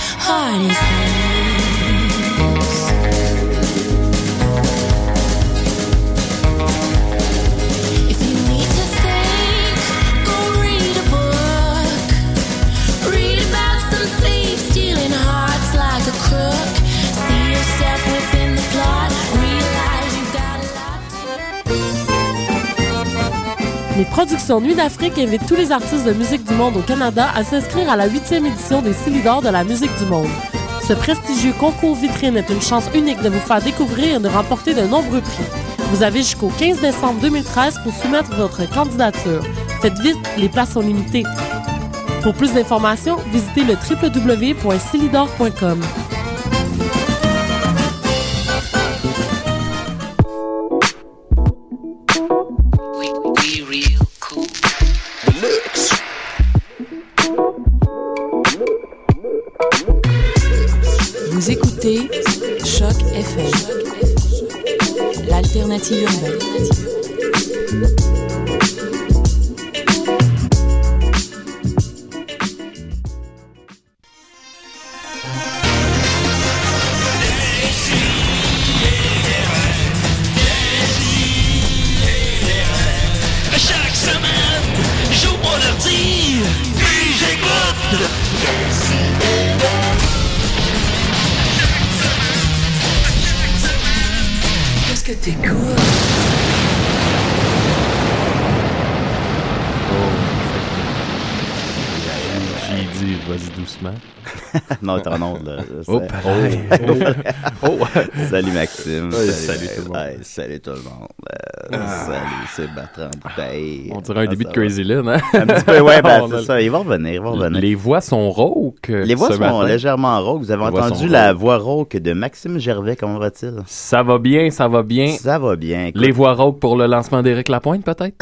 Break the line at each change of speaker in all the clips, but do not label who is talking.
somebody's house. If you need to think, go read a book. Read about some thief stealing hearts like a crook. See yourself within the plot. Realize you got a lot
Les productions Nuit d'Afrique invitent tous les artistes de musique du monde au Canada à s'inscrire à la huitième édition des Silidors de la musique du monde. Ce prestigieux concours vitrine est une chance unique de vous faire découvrir et de remporter de nombreux prix. Vous avez jusqu'au 15 décembre 2013 pour soumettre votre candidature. Faites vite, les places sont limitées. Pour plus d'informations, visitez le www.silidor.com.
We, we real cool.
Vous écoutez Choc FM, l'alternative urbaine.
Chaque semaine, j'ouvre mon ordi, puis j'écoute.
Qu'est-ce que t'es cool
J'ai dit, vas-y doucement.
Non, t'es en onde, là. C'est-
Oh, Oh!
Salut Maxime.
Ouais, salut tout le monde. Ah.
Ouais, salut tout le monde. Euh, Salut, c'est Bertrand Bouteille.
On dirait un
Ah,
début de
ça
Crazy Lynn, hein?
va. Un petit peu, ouais, ben,
On a-
c'est ça. Il va revenir, il va revenir.
Les voix sont rauques. euh,
Les voix
ce
sont
matin.
légèrement rauques. Vous avez
Les voix
entendu
sont
la
rauques.
voix rauque de Maxime Gervais. Comment va-t-il?
Ça va bien, ça va bien.
Ça va bien. écoute.
Hein? Les voix rauques pour le lancement d'Éric Lapointe, peut-être?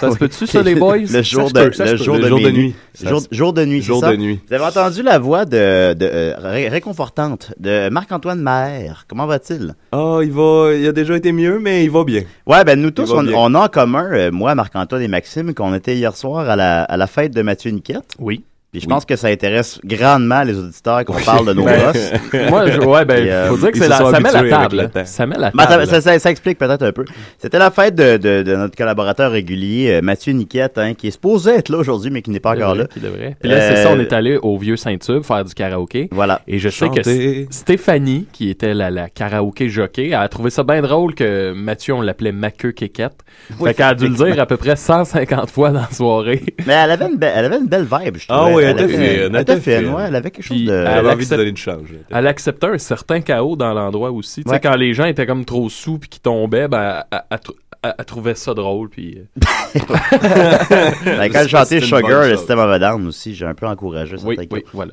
Ça se peut-tu, ça, les boys?
Le jour
se
de,
peut, ça
le
se peut.
jour de,
jour de
minuit.
nuit. Ça
Jour,
se-
jour de nuit,
Jour
c'est ça?
de nuit.
Vous avez entendu la voix de, de, euh, ré- réconfortante de Marc-Antoine Maher. Comment va-t-il?
Ah, il va, il a déjà été mieux, mais il va bien.
Ouais, ben nous tous,
va
on,
bien.
on a en commun, euh, moi, Marc-Antoine et Maxime, qu'on était hier soir à la, à la fête de Mathieu Niquette.
Oui.
Puis je pense que ça intéresse grandement les auditeurs qu'on parle de nos
Ben,
bosses.
Moi, je- ouais, ben,
Et, euh,
faut dire que
ils
c'est
se
la-
sont
ça met la
habitués avec
table.
le
hein.
temps.
Ça met la
Ben, ça,
table.
ça, ça- ça explique peut-être un peu. C'était la fête de, de- de notre collaborateur régulier, euh, Mathieu Niquette, hein, qui est supposé être là aujourd'hui, mais qui n'est pas
Il
encore là.
devrait, il devrait. Puis là, c'est ça,
Euh,
on est allé au vieux Saint-Tube faire du karaoké.
Voilà.
Et je sais que
Chanter.
Stéphanie, qui était la, la karaoké jockey, a trouvé ça bien drôle que Mathieu, on l'appelait Maqueux Kékette. fait qu'elle a dû le dire à peu près 150 fois dans la soirée.
Mais elle avait une, be- elle avait une belle vibe, je
Ah
trouvais.
oui, elle
avait
était
une-
fine,
Elle était fine, ouais. Elle avait quelque chose
Puis,
de...
elle
J'avais envie de
accepte-
donner du change. là.
Elle acceptait un certain chaos dans l'endroit aussi. Tu sais,
Ouais.
quand les gens étaient comme trop sous puis qui tombaient, ben, elle, elle- elle trou- elle- elle trouvait ça drôle. Puis... euh,
Ben, quand
C'est-
je chantais
c'est une bonne
Sugar, le
chose.
système of a Down aussi, j'ai un peu encouragé ça.
Oui, oui, voilà.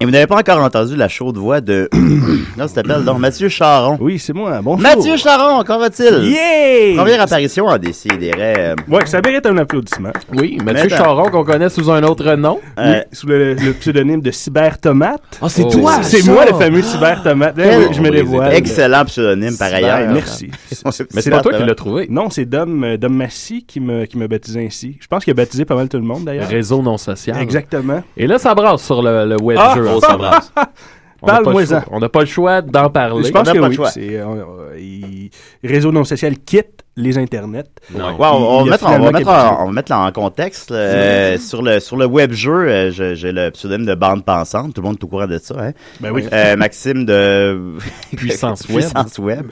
Et vous n'avez pas encore entendu la chaude voix de... non, ça s'appelle donc Mathieu Charon.
Oui, c'est moi. Bonjour.
Mathieu Charon, comment va-t-il?
Yeah!
Première apparition en décideret.
Ouais, ça mérite un applaudissement.
Oui,
Mais
Mathieu
attends.
Charon, qu'on connaît sous un autre nom.
Euh,
Oui, sous le, le pseudonyme de Cyber Tomate.
Ah, c'est
Oh.
toi!
c'est
ça!
moi le fameux Cyber Tomate. Eh
Quel-
oui, je me
On les
dévoile.
Excellent pseudonyme par
Cyber,
ailleurs.
Merci.
Mais c'est pas toi qui l'as trouvé.
Non, c'est Dom, euh, Dom Massy qui me, qui me baptise ainsi. Je pense qu'il a baptisé pas mal tout le monde d'ailleurs.
Réseau non social.
Exactement.
Et là, ça brasse sur le, le web
Ah!
jeu.
On s'embrasse.
On n'a pas le
Parle-moi-en.
choix- On n'a pas le choix d'en parler.
Je pense
On a
que
pas le
oui.
choix.
C'est, euh, euh, il- Réseau non social quitte les internets.
Non.
Ouais, on, on
Il a
va mettre, on, va
finalement
mettre
capitulé.
en, on va mettre en contexte. là, euh, sur le, sur le web jeu, euh, je- j'ai le pseudonyme de Bande Pensante. Tout le monde est au courant de ça. Hein?
Ben oui.
Euh, Maxime de
Puissance Web.
Puissance Web.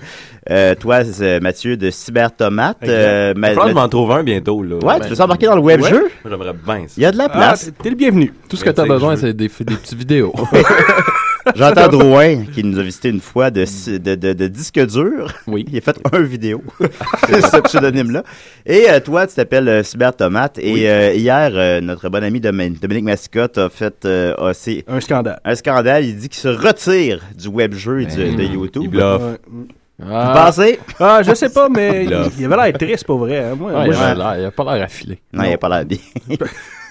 Euh, toi, c'est, euh, Mathieu de Cybertomate.
Exact.
Euh, ma-
Je pense que je
ma-
m'en trouve un bientôt, là.
ouais, tu veux s'embarquer dans le web
Ouais.
jeu?
Moi, J'aimerais bien ça.
Il y a de la
Ah,
place.
t'es t'es le bienvenu.
Tout ce que
Mais
tu as
tu sais,
besoin,
je veux-
c'est des, des petites vidéos.
J'entends Drouin qui nous a visité une fois de, de, de, de disque dur.
Oui.
Il a fait un vidéo. C'est ce pseudonyme-là. Et euh, toi, tu t'appelles euh, Cyber Tomate. Et euh, hier, euh, notre bon ami Domin- Dominique Mascotte a fait euh, a- c'est
Un scandale.
un scandale. Il dit qu'il se retire du web-jeu et du-
Ben,
de
Il
YouTube.
bluffe.
Ouais.
Vous
Ah,
pensez?
Ah, je sais pas, mais il,
Là.
il avait l'air triste pour vrai. hein. Moi,
ouais,
moi,
il, a
je-
l'air- il a pas l'air affilé.
Non, il a pas l'air bien.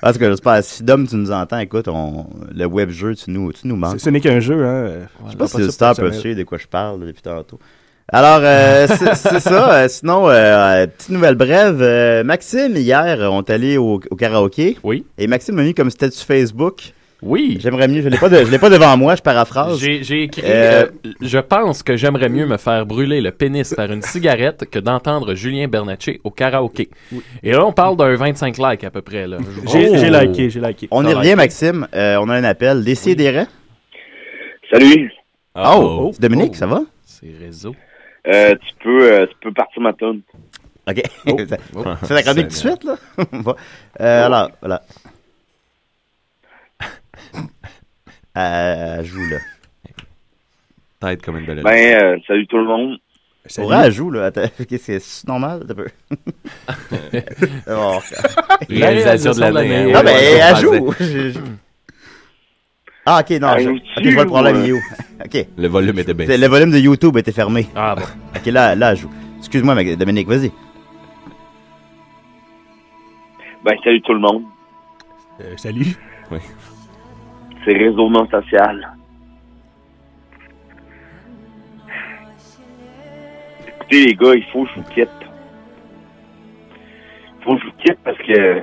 Parce que j'espère, si Dom, tu nous entends, écoute, on, le web-jeu, tu nous, tu nous manques.
ce- ce n'est qu'un jeu. Hein.
Je sais pas si les auditeurs peuvent suivre de quoi je parle depuis tantôt. Alors, euh, c'est c'est ça. Euh, sinon, euh, euh, petite nouvelle brève. Euh, Maxime, hier, euh, on est allé au, au karaoké.
Oui.
Et Maxime m'a mis comme statut Facebook.
Oui.
J'aimerais mieux. Je l'ai pas, de- je l'ai pas devant moi, je paraphrase.
J'ai j'ai écrit
Euh,
euh, Je pense que j'aimerais mieux me faire brûler le pénis par une cigarette que d'entendre Julien Bernatchez au karaoké. Et là, on parle d'un 25 likes à peu près. Là.
J'ai
Oh.
j'ai liké, j'ai liké.
On y
Correct.
revient, Maxime. Euh, on a un appel. Décidérez.
Salut.
Ah,
Oh, c'est Dominique,
Oh.
ça va?
C'est réseau.
Euh, tu peux, euh, tu peux partir ma tonne.
OK. ça
Oh.
tu fais la chronique tout de suite, là? Bon. Euh, Alors, voilà. Euh, elle joue, là.
Tête comme une belle
Ben, euh, salut tout le monde.
Salut.
Pour elle, elle joue, là. Attends, Qu'est-ce que c'est normal? Attends un peu. Bon. Ben,
réalisation de l'année. hein.
Non,
Ouais,
mais
ouais,
hein. Ah, ben, elle
je
joue. Je- je- Ah, OK, non. je-
Arrive-tu
OK, je vois le problème,
ou,
il est où? OK.
Le volume était
C'est-
baissé.
Le volume de YouTube était fermé.
Ah bon.
OK, là, là, elle joue. Excuse-moi, Mag- Dominique, vas-y.
Ben, salut tout le monde.
Euh, salut.
C'est Réseau Non Social. Écoutez, les gars, il faut que je vous quitte. Il faut que je vous quitte parce que.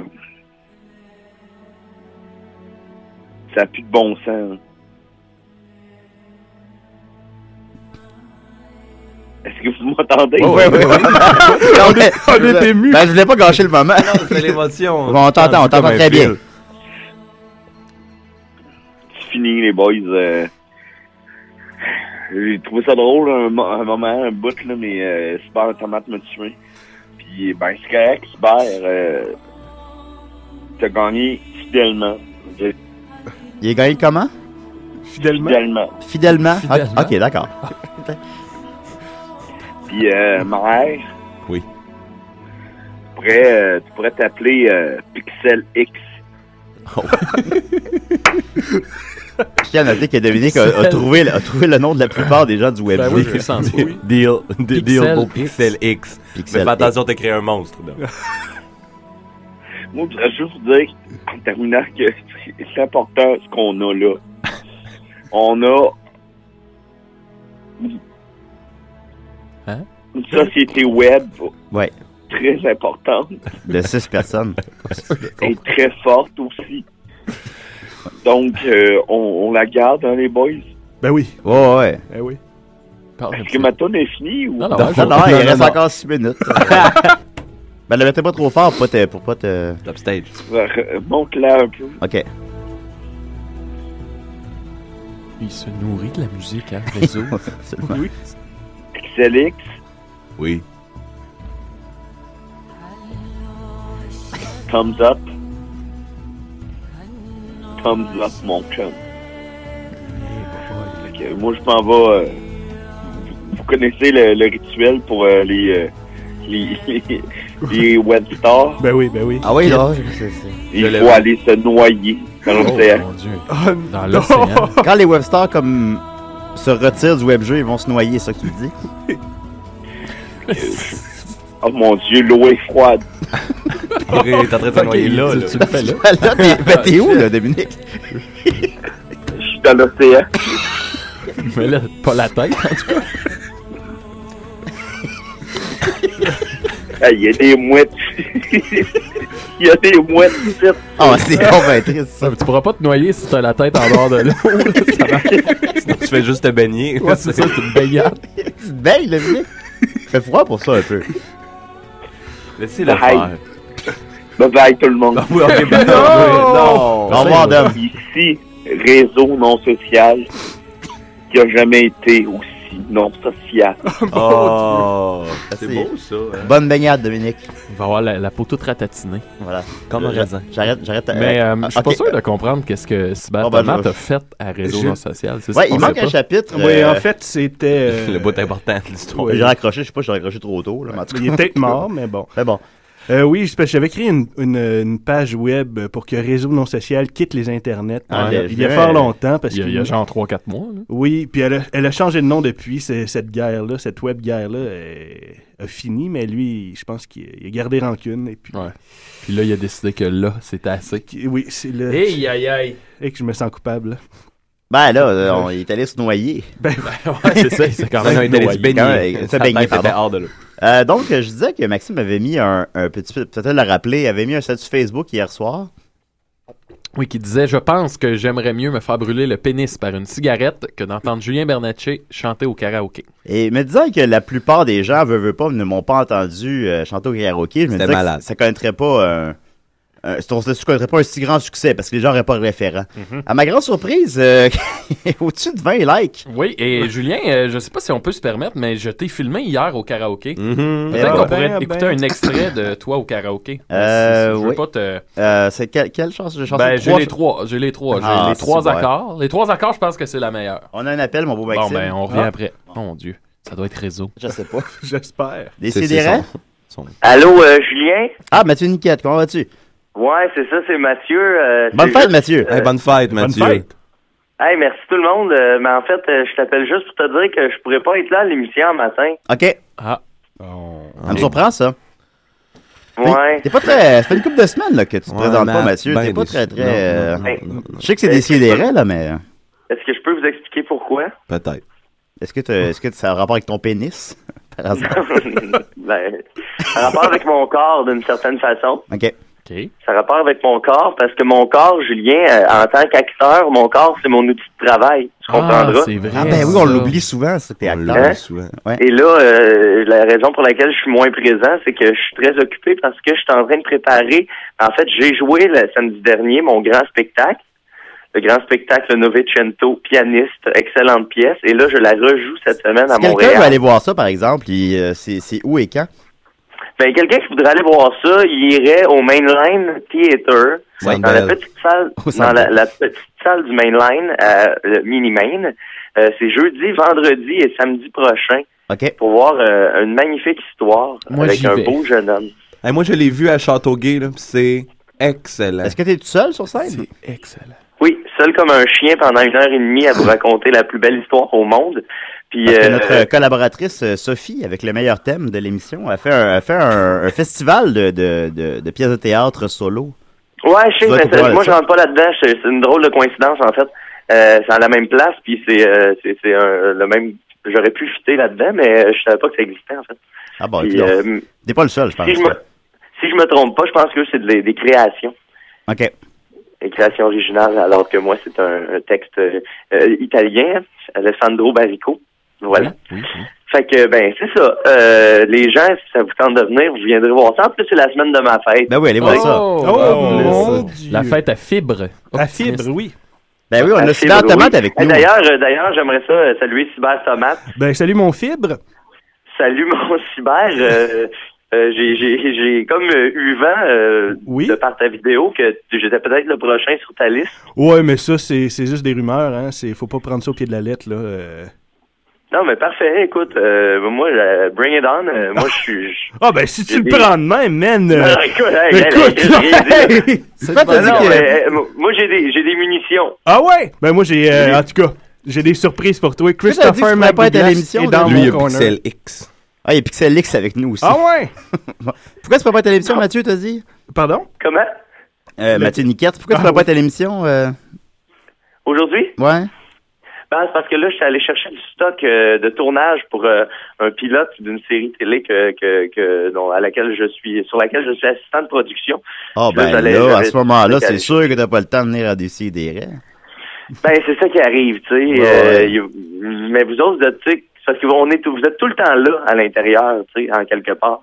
Ça n'a plus de bon sens. Est-ce que vous m'entendez?
Oui, oui, oui. on est, ému. Ben, je voulais pas gâcher le moment.
C'est l'émotion.
Bon, on t'entend, on t'entend très bien.
c'est fini, les boys. euh. J'ai trouvé ça drôle un, mo- un moment, un bout, là, mais euh, Super Tomate m'a tué. Puis, ben, c'est correct, Super. Euh, T'as gagné fidèlement. Je-
Il est gagné comment?
Fidèlement.
Fidèlement.
Fidèlement? Ah,
Fidèlement.
OK, d'accord.
Puis, euh, Mère.
Oui.
Tu pourrais, euh, tu pourrais t'appeler euh, Pixel X.
Je tiens à noter que Dominique a, a trouvé, le- a trouvé le nom de la plupart des gens du web.
Ben oui, je le sens.
Deal, deal,
Pixel
deal pour
X.
Pixel X. Mais
Pixel.
fais attention, t'as créé un monstre. là.
Moi, je voudrais juste vous dire, en terminant, que c'est important ce qu'on a là. On a
Hein?
une société web
Ouais.
très importante
De six personnes.
et très forte aussi. Donc, euh, on, on la garde, hein, les boys.
Ben oui.
Ouais, ouais.
Ben oui.
Parle
Est-ce
de
que
ça.
ma tonne est finie ou...
Non, non,
Non,
je-
non, il
non,
reste
non.
encore six minutes. ben, le mettez pas trop fort pour pas te... Pour pas te...
Top stage.
Euh, Monte-la un peu.
OK.
Il se nourrit de la musique, hein, réseau.
Absolument.
Pixelix,
Oui.
thumbs up. Thumbs up, mon chum. Fait que moi, je m'en vais... euh, vous- vous connaissez le, le rituel pour euh, les, euh, les, les, les web stars.
Ben oui, ben oui.
Ah oui, là. c'est- c'est-
Il
le-
faut aller se noyer
Oh.
dans l'océan.
mon dieu. Dans l'océan.
Quand les webstars, comme, se retirent du webjeu, ils vont se noyer, c'est ça qu'il dit.
Oh mon Dieu, l'eau est froide.
Il est en train de se
Ok,
noyer là.
tu-
là.
tu le fais là.
là, t'es, ben, t'es où, là, Dominique?
Je suis dans l'océan.
Mais là, pas la tête, en tout cas.
Ah, Il y a des mouettes. Il y a des mouettes. ici.
Ah, c'est convaincu,
Ça,
ça.
mais tu pourras pas te noyer si t'as la tête en dehors de l'eau. Ça marche
Tu fais juste te baigner.
pas, c'est ça, c'est une baignade.
Tu te baignes, Dominique? Fait froid pour ça, un peu.
Laissez-le
Bye.
faire.
Bye bye tout le monde.
Ah oui, ok, ben non, non.
Au Oh! revoir, Dom.
Ici, réseau non social qui a jamais été aussi non social.
Oh, c'est
Merci.
beau ça. hein.
Bonne baignade, Dominique.
Il va avoir la, la peau toute ratatinée.
Voilà.
Comme un
Je-
raisin.
J'arrête, j'arrête. euh,
Mais euh, je suis pas
ok.
sûr de comprendre qu'est-ce que
Oh, ben,
Sibatomat
je-
a fait à Réseau
je-
Non Social. c'est ça,
Ouais,
euh, on
il
sait
manque
pas.
un chapitre.
Oui,
euh,
Ah, en fait, c'était. euh,
Le bout important de l'histoire.
ouais.
J'ai raccroché, je sais pas, j'ai raccroché trop tôt, là, mais en tout cas.
Il est peut-être mort, mais bon.
Mais bon.
Euh, oui, c'est parce que j'avais créé une, une- une page web pour que Réseau non social quitte les internets.
Ah,
il,
je-
y a
je-
fort longtemps. Parce
Il y a,
qu'il-
il y a genre 3-4 mois. là.
Oui, puis elle a, elle a changé de nom depuis. c'est- Cette guerre-là, cette web guerre-là, euh, a fini, mais lui, je pense qu'il il a gardé rancune. Et puis,
Ouais. Puis là, il a décidé que là, c'était assez.
qui- oui, c'est le.
aïe, aïe.
Et que je me sens coupable. là.
Ben là, euh, on- il est allé se noyer.
Ouais, c'est ça, c'est quand
Non, non,
même
il était allé se
noyé.
Quand même,
baigner.
se baigner,
tête était
pardon.
hors de l'eau.
Euh, donc, euh, je disais que Maxime avait mis un, un petit. Peut-être le rappeler, avait mis un statut Facebook hier soir.
Oui, qui disait Je pense que j'aimerais mieux me faire brûler le pénis par une cigarette que d'entendre Julien Bernatchez chanter au karaoké.
Et me disant que la plupart des gens veulent, veulent pas, ne m'ont pas entendu euh, chanter au karaoké, je me
C'était
disais que
malade.
ça- ça connaîtrait pas un. un- on se connaîtrait pas un si grand succès parce que les gens n'auraient pas de référent.
Mhm.
À ma grande surprise, euh, au-dessus de 20 likes.
Oui, et Julien, euh, je sais pas si on peut se permettre, mais je t'ai filmé hier au karaoké. Peut-être
Eh
qu'on
ben,
pourrait
ben.
écouter un extrait de toi au karaoké.
Euh,
Si- si- je veux
oui.
pas te-
Euh, c'est quelle, quelle chanson? chanson
Ben, j'ai
trois-
les trois. J'ai les trois. J'ai
Ah,
les
c'est
trois
vrai.
accords. Les trois accords, je pense que c'est la meilleure.
On a un appel, mon beau
Bon,
Maxime.
ben, on revient
Ah.
après. Mon Dieu. Ça doit être réseau.
Je sais pas.
J'espère.
Décidérez.
Allô, euh, Julien?
Ah, Mathieu Niquette, comment vas-tu?
Ouais, c'est ça, c'est Mathieu. euh,
Bonne
c'est
fête,
juste-
Mathieu.
euh,
fête,
Bonne Mathieu. fête.
Hey, merci tout le monde. euh, mais en fait, euh, je t'appelle juste pour te dire que je pourrais pas être là à l'émission en matin.
OK.
Ah.
Ça me surprend, ça.
Ouais.
T'es pas très. Ça fait une couple de semaines là, que tu te
Ouais,
présentes
mais
pas, Mathieu.
ben
T'es pas
déçu.
très,
Non,
très. euh,
non,
Hey,
Je sais que c'est des sidérés, là, mais. euh,
Est-ce que je peux vous expliquer pourquoi?
Peut-être.
Est-ce que, t'as- est-ce que ça a un rapport avec ton pénis? Par hasard.
ben, ça a rapport avec mon corps d'une certaine façon.
OK.
Ça a rapport avec mon corps parce que mon corps, Julien, euh, en tant qu'acteur, mon corps, c'est mon outil de travail. Tu comprendras?
Ah, ben oui, on l'oublie souvent, ça. T'es acteur.
l'oublie
souvent.
Hein? Et là, euh, la raison pour laquelle je suis moins présent, c'est que je suis très occupé parce que je suis en train de préparer. En fait, j'ai joué le samedi dernier mon grand spectacle, le grand spectacle Novecento, pianiste, excellente pièce. Et là, je la rejoue cette semaine à
Si quelqu'un veut
Montréal.
aller voir ça, par exemple, il, euh, c'est, c'est où et quand?
Ben, quelqu'un qui voudrait aller voir ça, il irait au Mainline Theater,
Ouais.
dans la petite salle,
Au
dans
Centre
la,
Bell.
la petite salle du Mainline, à le Mini Main. Euh, c'est jeudi, vendredi et samedi prochain.
OK.
Pour voir euh, une magnifique histoire
Moi,
avec
j'y
un
vais.
beau jeune homme.
Hey, moi, je l'ai vu à Châteauguay, là, pis c'est excellent. Est-ce
que t'es tout seul sur scène?
Excellent.
Oui, seul comme un chien pendant une heure et demie à vous raconter la plus belle histoire au monde. Puis
Parce que
euh,
notre euh, collaboratrice euh, Sophie, avec le meilleur thème de l'émission, a fait un, a fait un, un festival de, de, de, de pièces de théâtre solo.
ouais, je sais,
Tu vas
mais
te
ça-
voir
moi
là-dessus.
je rentre pas là-dedans. C'est c'est une drôle de coïncidence en fait. Euh, c'est à la même place, puis c'est euh, c'est c'est un- le même. J'aurais pu fitter là-dedans, mais euh, je savais pas que ça existait en fait.
Ah bon,
Puis,
écoute, donc,
euh,
t'es pas le seul, je pense.
si je me si je me trompe pas, je pense que c'est des, des créations,
OK.
des créations originales, alors que moi c'est un, un texte euh, euh, italien, Alessandro Baricco. Voilà. Fait que, ben, c'est ça. Euh, les gens, si ça vous tente de venir, vous viendrez voir ça. En plus, c'est la semaine de ma fête.
Ben oui, allez voir ça.
Oh,
Oh,
mon Dieu. La fête à fibre.
La fibre, oui.
Ben oui, on a
Ah,
Cyber
Fibre,
Tomate
oui.
avec
Eh,
nous.
D'ailleurs, euh, d'ailleurs, j'aimerais ça euh, saluer Cyber Tomate.
Ben, salut mon fibre.
Salut mon Cyber. Euh, euh, j'ai- j'ai j'ai comme euh, eu vent euh, de par ta vidéo que tu- j'étais peut-être le prochain sur ta liste.
Ouais, mais ça, c'est c'est juste des rumeurs, hein. C'est- Faut pas prendre ça au pied de la lettre, là. euh.
Non, mais parfait. Écoute, euh, moi, euh, bring it on. Euh, moi, je suis... je-
Ah, ben, si tu
j'ai
le
des-
prends de même, man. euh,
Non, écoute, hey, hey,
écoute,
hey, hey, hey,
C'est pas
Ben
dit
non,
que-
mais, euh, moi, j'ai des, j'ai des munitions.
Ah ouais? Ben moi j'ai euh, en tout cas, j'ai des surprises pour toi.
que t'as dit que tu
Christopher
pourrais pas
McDouglas
être à l'émission,
est dans mon
lui? Lui, il a
corner.
Pixel
X.
Ah, il y a Pixel X avec nous aussi.
Ah ouais?
Pourquoi tu peux pas être à l'émission, Mathieu, t'as dit?
Pardon?
Comment?
Euh, Mathieu Niquette,
Ah
pourquoi tu peux pas être à l'émission? euh?
Aujourd'hui?
Ouais.
Ben, c'est parce que là, je suis allé chercher du stock euh, de tournage pour euh, un pilote d'une série télé que, que, que dont- à laquelle je suis sur laquelle je suis assistant de production.
Ah,
Puis là,
ben
j'allais-
là, à
j'allais-
ce moment-là,
j'allais-
c'est sûr que t'as pas le temps de venir à Décideret.
Ben, c'est ça qui arrive, tu sais.
Ouais.
euh, y- mais vous autres, vous êtes, tu sais, c'est parce que vous, on est, tout- vous êtes tout le temps là, à l'intérieur, tu sais, en quelque part.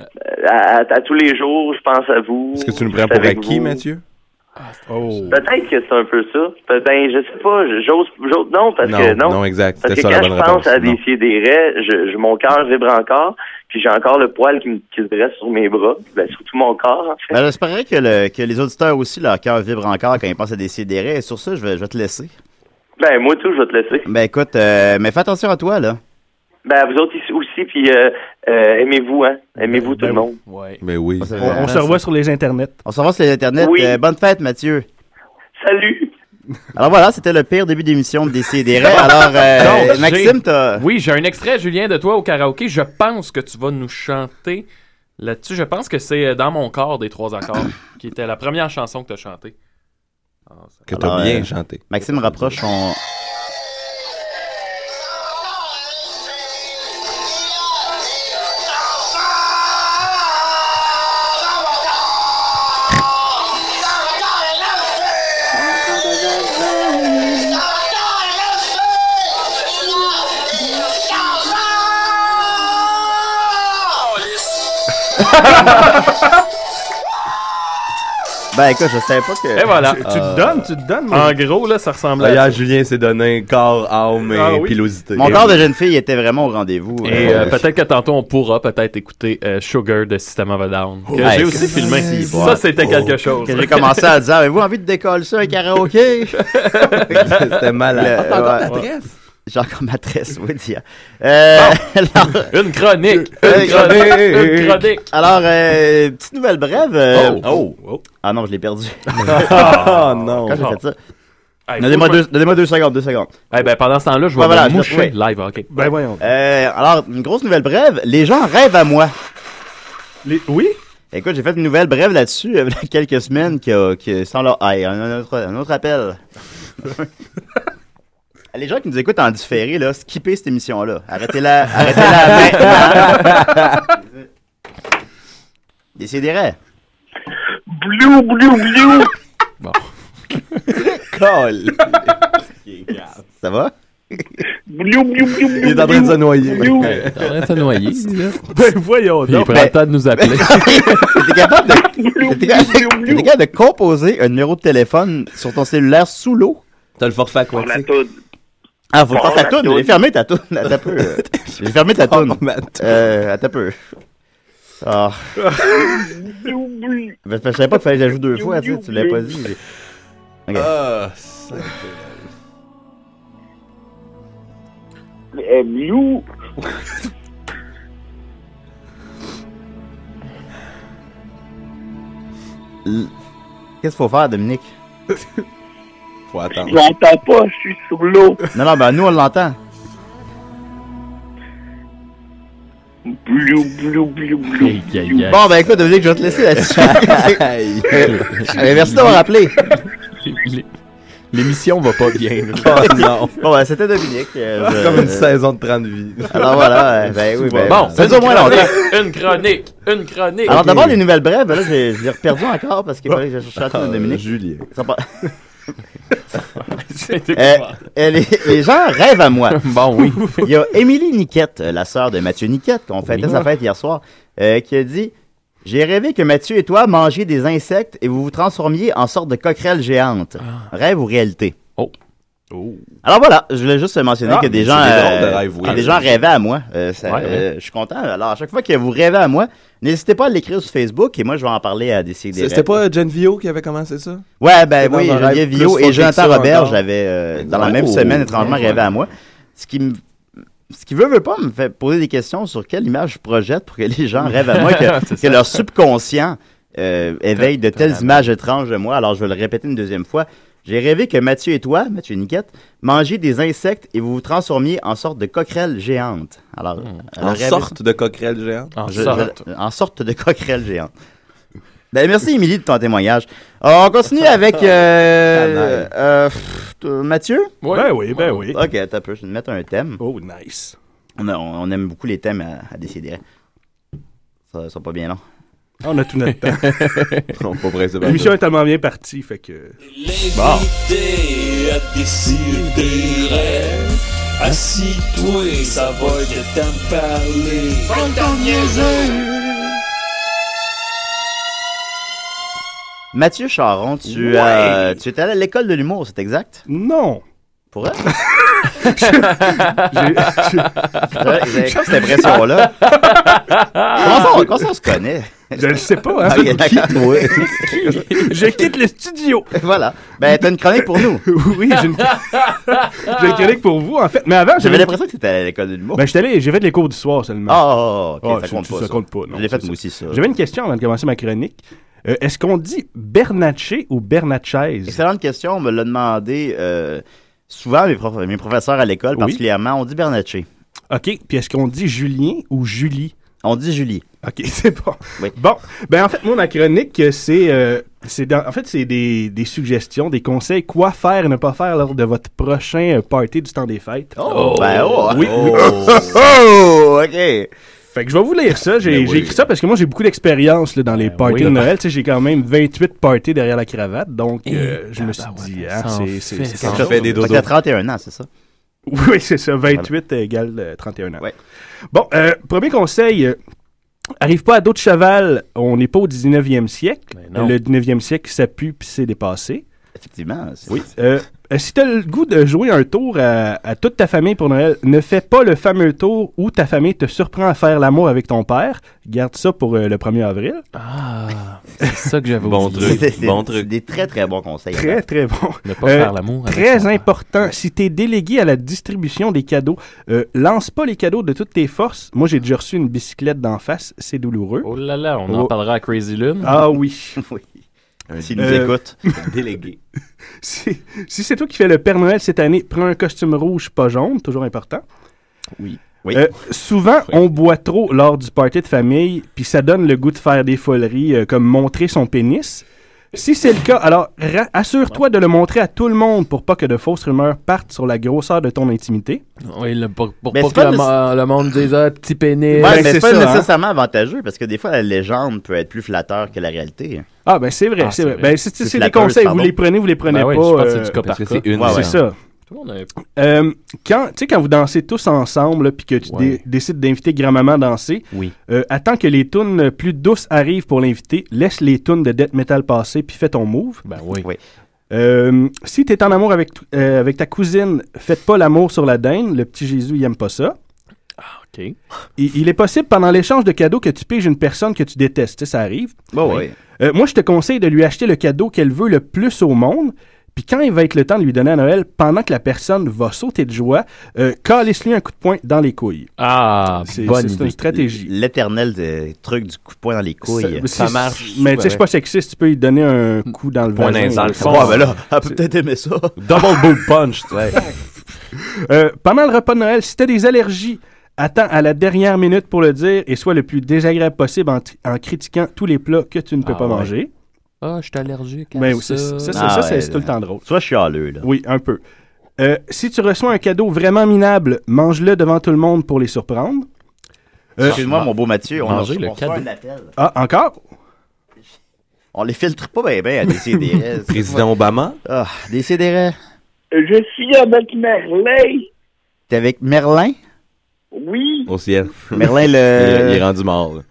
Euh, À, à- à tous les jours, je pense à vous.
Est-ce que tu nous
je suis
prends pour
avec
acquis,
vous.
Mathieu?
Peut-être que c'est un peu ça. Pe- Ben, je sais pas. j- J'ose, j'ose non parce
Non,
que non.
non, exact.
Parce que
C'était ça la
quand je
bonne
pense
réponse,
à
non.
des des je, je- mon cœur vibre encore, puis j'ai encore le poil qui, me- qui se dresse sur mes bras, ben, sur tout mon corps. en fait.
Ben, J'espérais que, le- que les auditeurs aussi, leur cœur vibre encore quand ils pensent à Décideret. Et sur ça, je vais, je vais te laisser.
Ben moi tout, je vais te laisser.
Ben écoute, euh, mais fais attention à toi, là.
Ben à vous autres ici aussi, puis euh, euh, aimez-vous hein, aimez-vous tout le monde.
Ben oui.
On,
On, on se revoit sur les internets.
On se revoit sur les internets.
Oui.
Euh, bonne fête, Mathieu.
Salut.
Alors voilà, c'était le pire début d'émission de Décideret. Alors, euh,
Donc,
Maxime,
j'ai-
t'as...
Oui, j'ai un extrait, Julien, de toi au karaoké. Je pense que tu vas nous chanter là-dessus. Je pense que c'est euh, Dans mon corps des trois accords, qui était la première chanson que tu as chantée.
Que t'as
Alors,
bien
euh,
chanté.
Maxime rapproche son... Ben écoute, je savais pas que.
Et voilà. Euh,
Tu, Ah,
te donnes, tu
te donnes.
En gros, là, ça ressemble à.
Hier, Julien s'est donné corps, âme et
Ah oui.
pilosité.
Mon corps de jeune fille était vraiment au rendez-vous.
Et
euh,
euh, peut-être que tantôt on pourra peut-être écouter euh, Sugar de System of a Down que
Oh, Ouais,
j'ai aussi
c'est-
filmé.
c'est-
Ça c'était quelque chose.
Que J'ai commencé à dire Avez-vous envie de décoller ça, un karaoké C'était
malade. Ah, t'as encore ta tresse?
J'ai encore ma tresse, oui, dire. Euh, alors-
Une chronique, une
Euh,
chronique, une chronique.
Alors, euh, petite nouvelle brève. euh,
Oh, oh, oh.
Ah non, je l'ai perdu.
Ah, non.
Quand j'ai fait ça.
Hey,
Donnez-moi
faut que je-
deux, donnez-moi deux secondes, deux secondes.
Eh ben, pendant ce temps-là, je vais
Ah, voilà,
me
je-
moucher
oui.
live, ok.
Ben voyons.
Euh, alors, une grosse nouvelle brève. Les gens rêvent à moi.
Oui?
Écoute, j'ai fait une nouvelle brève là-dessus euh, il y a quelques semaines qui, a- qui sans leur... Ah, un autre, un autre appel. Les gens qui nous écoutent en différé, là, skippez cette émission-là. Arrêtez-la, arrêtez-la maintenant. Décidérez.
Blou, blou, blou.
Bon.
Colle. Ça va?
Blou, blou, blou, blou.
Il est en train de se noyer.
blou.
Il est en train de se noyer.
Ben voyons
Puis il
donc.
prend
Ben-
le temps de nous appeler.
T'es capable de, t'es capable, t'es capable de composer un numéro de téléphone sur ton cellulaire sous l'eau?
T'as le forfait aquatique.
Ah, faut
Bon,
pas ta
la
toune.
toune.
J'ai fermé ta toune. Attends un peu. euh, J'ai fermé ta toune.
Oh,
Euh, attends un peu. Ah. Parce que je savais pas qu'il fallait que j'ajoute deux fois, tu sais, tu l'avais pas dit. j'ai- Ok.
Ah,
Euh, blou.
L- Qu'est-ce qu'il faut faire, Dominique? faut attendre.
Je l'entends pas, je suis sous l'eau.
Non, non, ben nous, on l'entend.
Blou, blou, blou, blou.
Bon, ben écoute, Dominique, je vais te laisser là-dessus. Euh, Merci d'avoir appelé.
L'é- L'émission va pas bien.
Oh, non. Bon, ben, c'était Dominique. euh, je-
Comme une saison de 30 vies.
Alors voilà, euh, ben oui, ben,
bon,
ça dure moins
une
longtemps.
chronique, Une chronique, une chronique.
Alors d'abord, les nouvelles brèves, ben là, j'ai- je l'ai reperdu encore parce qu'il fallait que je cherche la toune
Ah,
de Dominique. Julien. euh, les, les gens rêvent à moi.
Bon, oui.
Il y a Émilie Niquette, euh, la sœur de Mathieu Niquette, qu'on fêtait
Oui.
sa fête hier soir, euh, qui a dit J'ai rêvé que Mathieu et toi mangiez des insectes et vous vous transformiez en sorte de coquerelle géante.
Ah.
Rêve ou réalité
Oh.
Alors voilà, je voulais juste mentionner
Ah,
que des
c'est
gens,
des
euh,
drôles de rêves, oui.
que des gens rêvaient à moi. Euh, ça,
Ouais,
euh, Je suis content. Alors à chaque fois que vous rêvez à moi, n'hésitez pas à l'écrire sur Facebook et moi je vais en parler à des
C'était pas Jen Vio qui avait commencé ça?
Ouais, ben
C'est dans
oui,
un
Geneviève
rêve plus
Vio
funky
et
que ça
Jonathan Robert,
encore.
j'avais euh, dans la
Oh.
même semaine, étrangement,
Ouais.
rêvé à moi. Ce qui me. Ce qui veut, veut pas me fait poser des questions sur quelle image je projette pour que les gens rêvent à moi, que,
C'est
que
ça.
leur subconscient euh, éveille de telles images étranges de moi. Alors, je vais le répéter une deuxième fois. J'ai rêvé que Mathieu et toi, Mathieu et Niquette, mangiez des insectes et vous vous transformiez en sorte de coquerelle géante. Alors, alors,
Hmm. En
rêvez-
sorte de coquerelle géante.
je- je- en sorte de coquerelle géante. Ben, merci, Émilie, de ton témoignage. On continue avec euh, euh, pff, t- Mathieu.
Ouais. Ben oui, ben oui.
OK, attends un peu, je vais te mettre un thème.
Oh, nice.
On, a- on aime beaucoup les thèmes à, à décider. Ça sera pas bien long.
Ah, On a tout notre temps.
Non, pas vrai, c'est pas
L'émission
vrai.
est tellement bien partie, fait que.
L'invité a décidé. Assis-toi, ça va de t'en parler.
Mathieu Charon, tu,
Ouais.
as- tu es allé à l'école de l'humour, c'est exact?
Non.
Pour vrai? J'avais- j'avais comme cette impression-là. Comment ça, comment ça on se connaît?
Je le sais pas, hein.
Ok, d'accord.
Je quitte le studio.
voilà. Ben, t'as une chronique pour nous.
oui, j'ai une, j'ai une chronique pour vous, en fait. Mais avant,
J'avais l'impression que t'étais allé à l'école de l'humour.
Mm. Ben, j'étais allé, j'ai fait les cours du soir seulement.
Ah, ok,
Ah,
ça compte pas.
Ça compte pas. non,
Je l'ai fait
c'est
moi aussi, ça.
J'avais une question avant de commencer ma chronique. Euh, Est-ce qu'on dit Bernatchez ou Bernatchez?
Excellente question. On me l'a demandé euh, souvent, mes, prof- mes professeurs à l'école,
Oui.
particulièrement. On dit Bernatchez.
OK. Puis est-ce qu'on dit Julien ou Julie?
On dit Julie.
OK, c'est bon. Bon, ben en fait, moi, ma chronique, euh, c'est... euh, c'est dans- en fait, c'est des, des suggestions, des conseils, quoi faire et ne pas faire lors de votre prochain euh, party du temps des fêtes.
Oh! Ben, oh!
Oui, oui.
Oh! OK!
Fait que je vais vous lire ça. J'ai
Ben oui.
j'ai écrit ça parce que moi, j'ai beaucoup d'expérience là, dans les parties
Ben oui.
de Noël. Tu sais, j'ai quand même 28 parties derrière la cravate. Donc, euh, je me suis dit, hein,
ça en
c'est- c'est
fait,
c'est
ça en
quelque
fait des
chose.
dodos. Fait que t'as 31 ans, c'est ça?
Oui, c'est ça. 28 égale euh, 31 ans. Bon, euh, premier conseil, euh, Arrive pas à d'autres cheval, on n'est pas au 19e siècle.
non.
Le 19e siècle s'appuie puis c'est dépassé.
Effectivement. c'est-
Oui. Euh, euh, si tu as le goût de jouer un tour à, à toute ta famille pour Noël, ne fais pas le fameux tour où ta famille te surprend à faire l'amour avec ton père. Garde ça pour euh, le 1er avril.
Ah, c'est ça que j'avais
Bon
oublié.
truc, C'est- c'est- bon
truc. des très, très bons conseils.
Très, très bon.
Ne pas
Euh,
faire l'amour. avec
Très important. Si tu es délégué à la distribution des cadeaux, euh, lance pas les cadeaux de toutes tes forces. Moi, j'ai déjà reçu une bicyclette d'en face. C'est douloureux.
Oh là là, on en
Oh.
parlera à Crazy Lune.
Ah oui.
S'il nous
Euh,
écoute,
délégué.
Si, si c'est toi qui fais le Père Noël cette année, prends un costume rouge, pas jaune, toujours important.
Oui.
Euh, souvent, on boit trop lors du party de famille, puis ça donne le goût de faire des foleries, euh, comme montrer son pénis. Si c'est le cas, alors ra- assure-toi de le montrer à tout le monde pour pas que de fausses rumeurs partent sur la grosseur de ton intimité.
Oui, le- pour, pour
Mais
pas
c'est
que
pas
le, mo- le monde dise ah, petit pénis.
Eh
Ouais,
ben,
mais c'est pas
hein.
nécessairement avantageux parce que des fois, la légende peut être plus flatteur que la réalité.
Ah, ben c'est vrai,
Ah,
c'est
c'est
vrai.
vrai.
Ben, c'est- c'est
C'est
c'est des
flatteur,
conseils,
pardon.
vous les prenez, vous les prenez
Ben oui,
pas. euh,
je pense que c'est du cas
parce
par
que
cas.
C'est une-
Ouais,
c'est
ouais.
ça.
Tout le monde a-
Euh, quand, tu sais, quand vous dansez tous ensemble, là, puis que tu dé-
Ouais.
décides d'inviter grand-maman à danser,
Oui.
euh, attends que les tunes plus douces arrivent pour l'inviter, laisse les tunes de death metal passer, puis fais ton move.
Ben oui.
Euh, si t'es en amour avec, t- euh, avec ta cousine, faites pas l'amour sur la dinde. Le petit Jésus, il aime pas ça.
OK.
Il, il est possible pendant l'échange de cadeaux que tu piges une personne que tu détestes. Tu sais, ça arrive.
Oui. ouais.
Euh, moi, je te conseille de lui acheter le cadeau qu'elle veut le plus au monde. Puis quand il va être le temps de lui donner à Noël, pendant que la personne va sauter de joie, euh, calisse-lui un coup de poing dans les couilles.
Ah,
C'est- bonne c'est- c'est idée. une stratégie.
L'éternel euh, truc du coup de poing dans les couilles.
C'est- Mais tu sais, je suis pas sexiste, tu peux lui donner un coup dans le
Point
vagin.
dans le fond. Ouais, ben là, elle peut peut-être aimer ça.
Double boot punch, Euh, pendant le repas de Noël, si t'as des allergies, attends à la dernière minute pour le dire et sois le plus désagréable possible en, t- en critiquant tous les plats que tu ne peux
Ah
pas
ouais.
manger.
Ah, je suis allergique. à
Mais Ben oui,
ça. Ah
c'est- ça, c'est- ça, c'est tout le temps drôle.
Soit chialeux, là.
Oui, un peu. Euh, si tu reçois un cadeau vraiment minable, mange-le devant tout le monde pour les surprendre. Euh,
Excuse-moi, mon beau Mathieu, on a
Manger
on
le
reçoit
cadeau.
un appel.
Ah, encore?
On les filtre pas bien, bien à des
Président Obama?
Ah, des CDR.
Je suis avec Merlin.
T'es avec Merlin?
Oui.
Au ciel.
Merlin, le-
Il, il est rendu mort. là.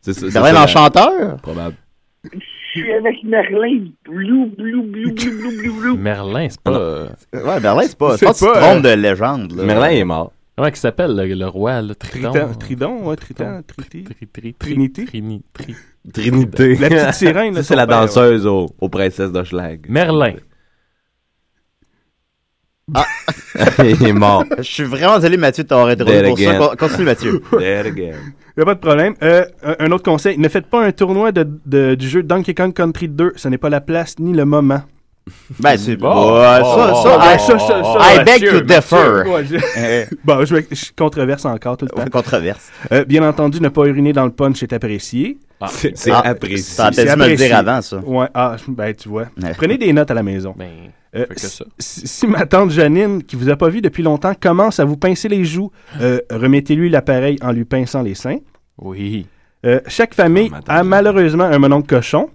C'est ça- c'est
Merlin
ça,
l'Enchanteur?
Probable.
Je suis avec Merlin. Blou, blou, blou, blou, blou, blou, blou.
Merlin, c'est pas.
Ouais, Merlin, c'est pas. Je pense que tu te trompes de légende.
Euh,
là.
mort.
Comment il s'appelle le, le roi, le Triton
Triton, Tridon, ouais, Triton, Triti.
Tri- tri-
Trinité.
Trini- tri-
Trinité.
La petite sirène, là,
Ça, c'est
son
la
père, ouais.
danseuse au- aux princesses d'Hochelag.
Merlin.
il est mort.
Je suis vraiment désolé, Mathieu, de t'avoir interrompu
Dead
pour ça.
again.
Con- Continue, Mathieu.
Dead again.
Il n'y a pas de problème. Euh, un- un autre conseil, ne faites pas un tournoi de, de- du jeu Donkey Kong Country 2. Ce n'est pas la place ni le moment.
Ben, c'est bon.
Oh,
ça,
oh,
ça,
oh,
ça,
oh,
I-
oh, oh, oh,
Ah, I beg
Mathieu,
to differ. Eh,
Mathieu, moi, je- bon, je, vais- je controverse encore tout le temps.
Controverse.
Euh, bien entendu, ne pas uriner dans le punch est apprécié.
Ah, C'est- c'est ah, apprécié. t'aurais peut-être dû me le dire avant, ça.
Ouais, ah, ben, tu vois.
Ouais.
Prenez des notes à la maison.
Ben,
Euh,
fait que
si,
ça.
si ma tante Janine, qui vous a pas vu depuis longtemps, commence à vous pincer les joues, euh, remettez-lui l'appareil en lui pinçant les seins.
Oui.
Euh, chaque famille
Oh,
a malheureusement un menon de cochon.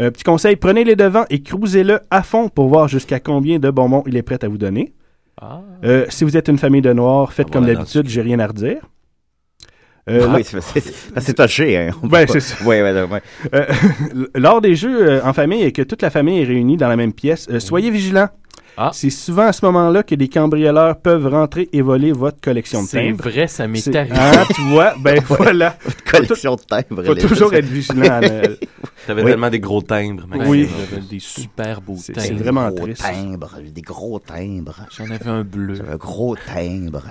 Euh, petit conseil, prenez les devants et cruisez-le à fond pour voir jusqu'à combien de bonbons il est prêt à vous donner.
Ah,
Euh, si vous êtes une famille de noirs, faites comme d'habitude, j'ai rien à redire. Euh,
Ah
la-
oui, c'est- c'est c'est- c'est touché, hein. On peut
Ben,
pas-
c'est ça.
Ouais, ouais, ouais.
Euh, lors des jeux euh, en famille et que toute la famille est réunie dans la même pièce, euh, soyez vigilants.
Ah.
C'est souvent à ce moment-là que des cambrioleurs peuvent rentrer et voler votre collection de
C'est
timbres.
vrai, ça m'est
C'est-
arrivé.
Hein, tu vois, ben voilà.
collection de timbres.
Faut
les-
toujours être vigilant. à Noël.
T'avais
Oui.
tellement des gros timbres, Maxime.
Oui.
Ah, J'avais des super beaux
C'est-
timbres.
c'est vraiment
Gros
triste.
timbres, j'ai des gros timbres.
J'en avais un bleu.
J'avais un gros timbre.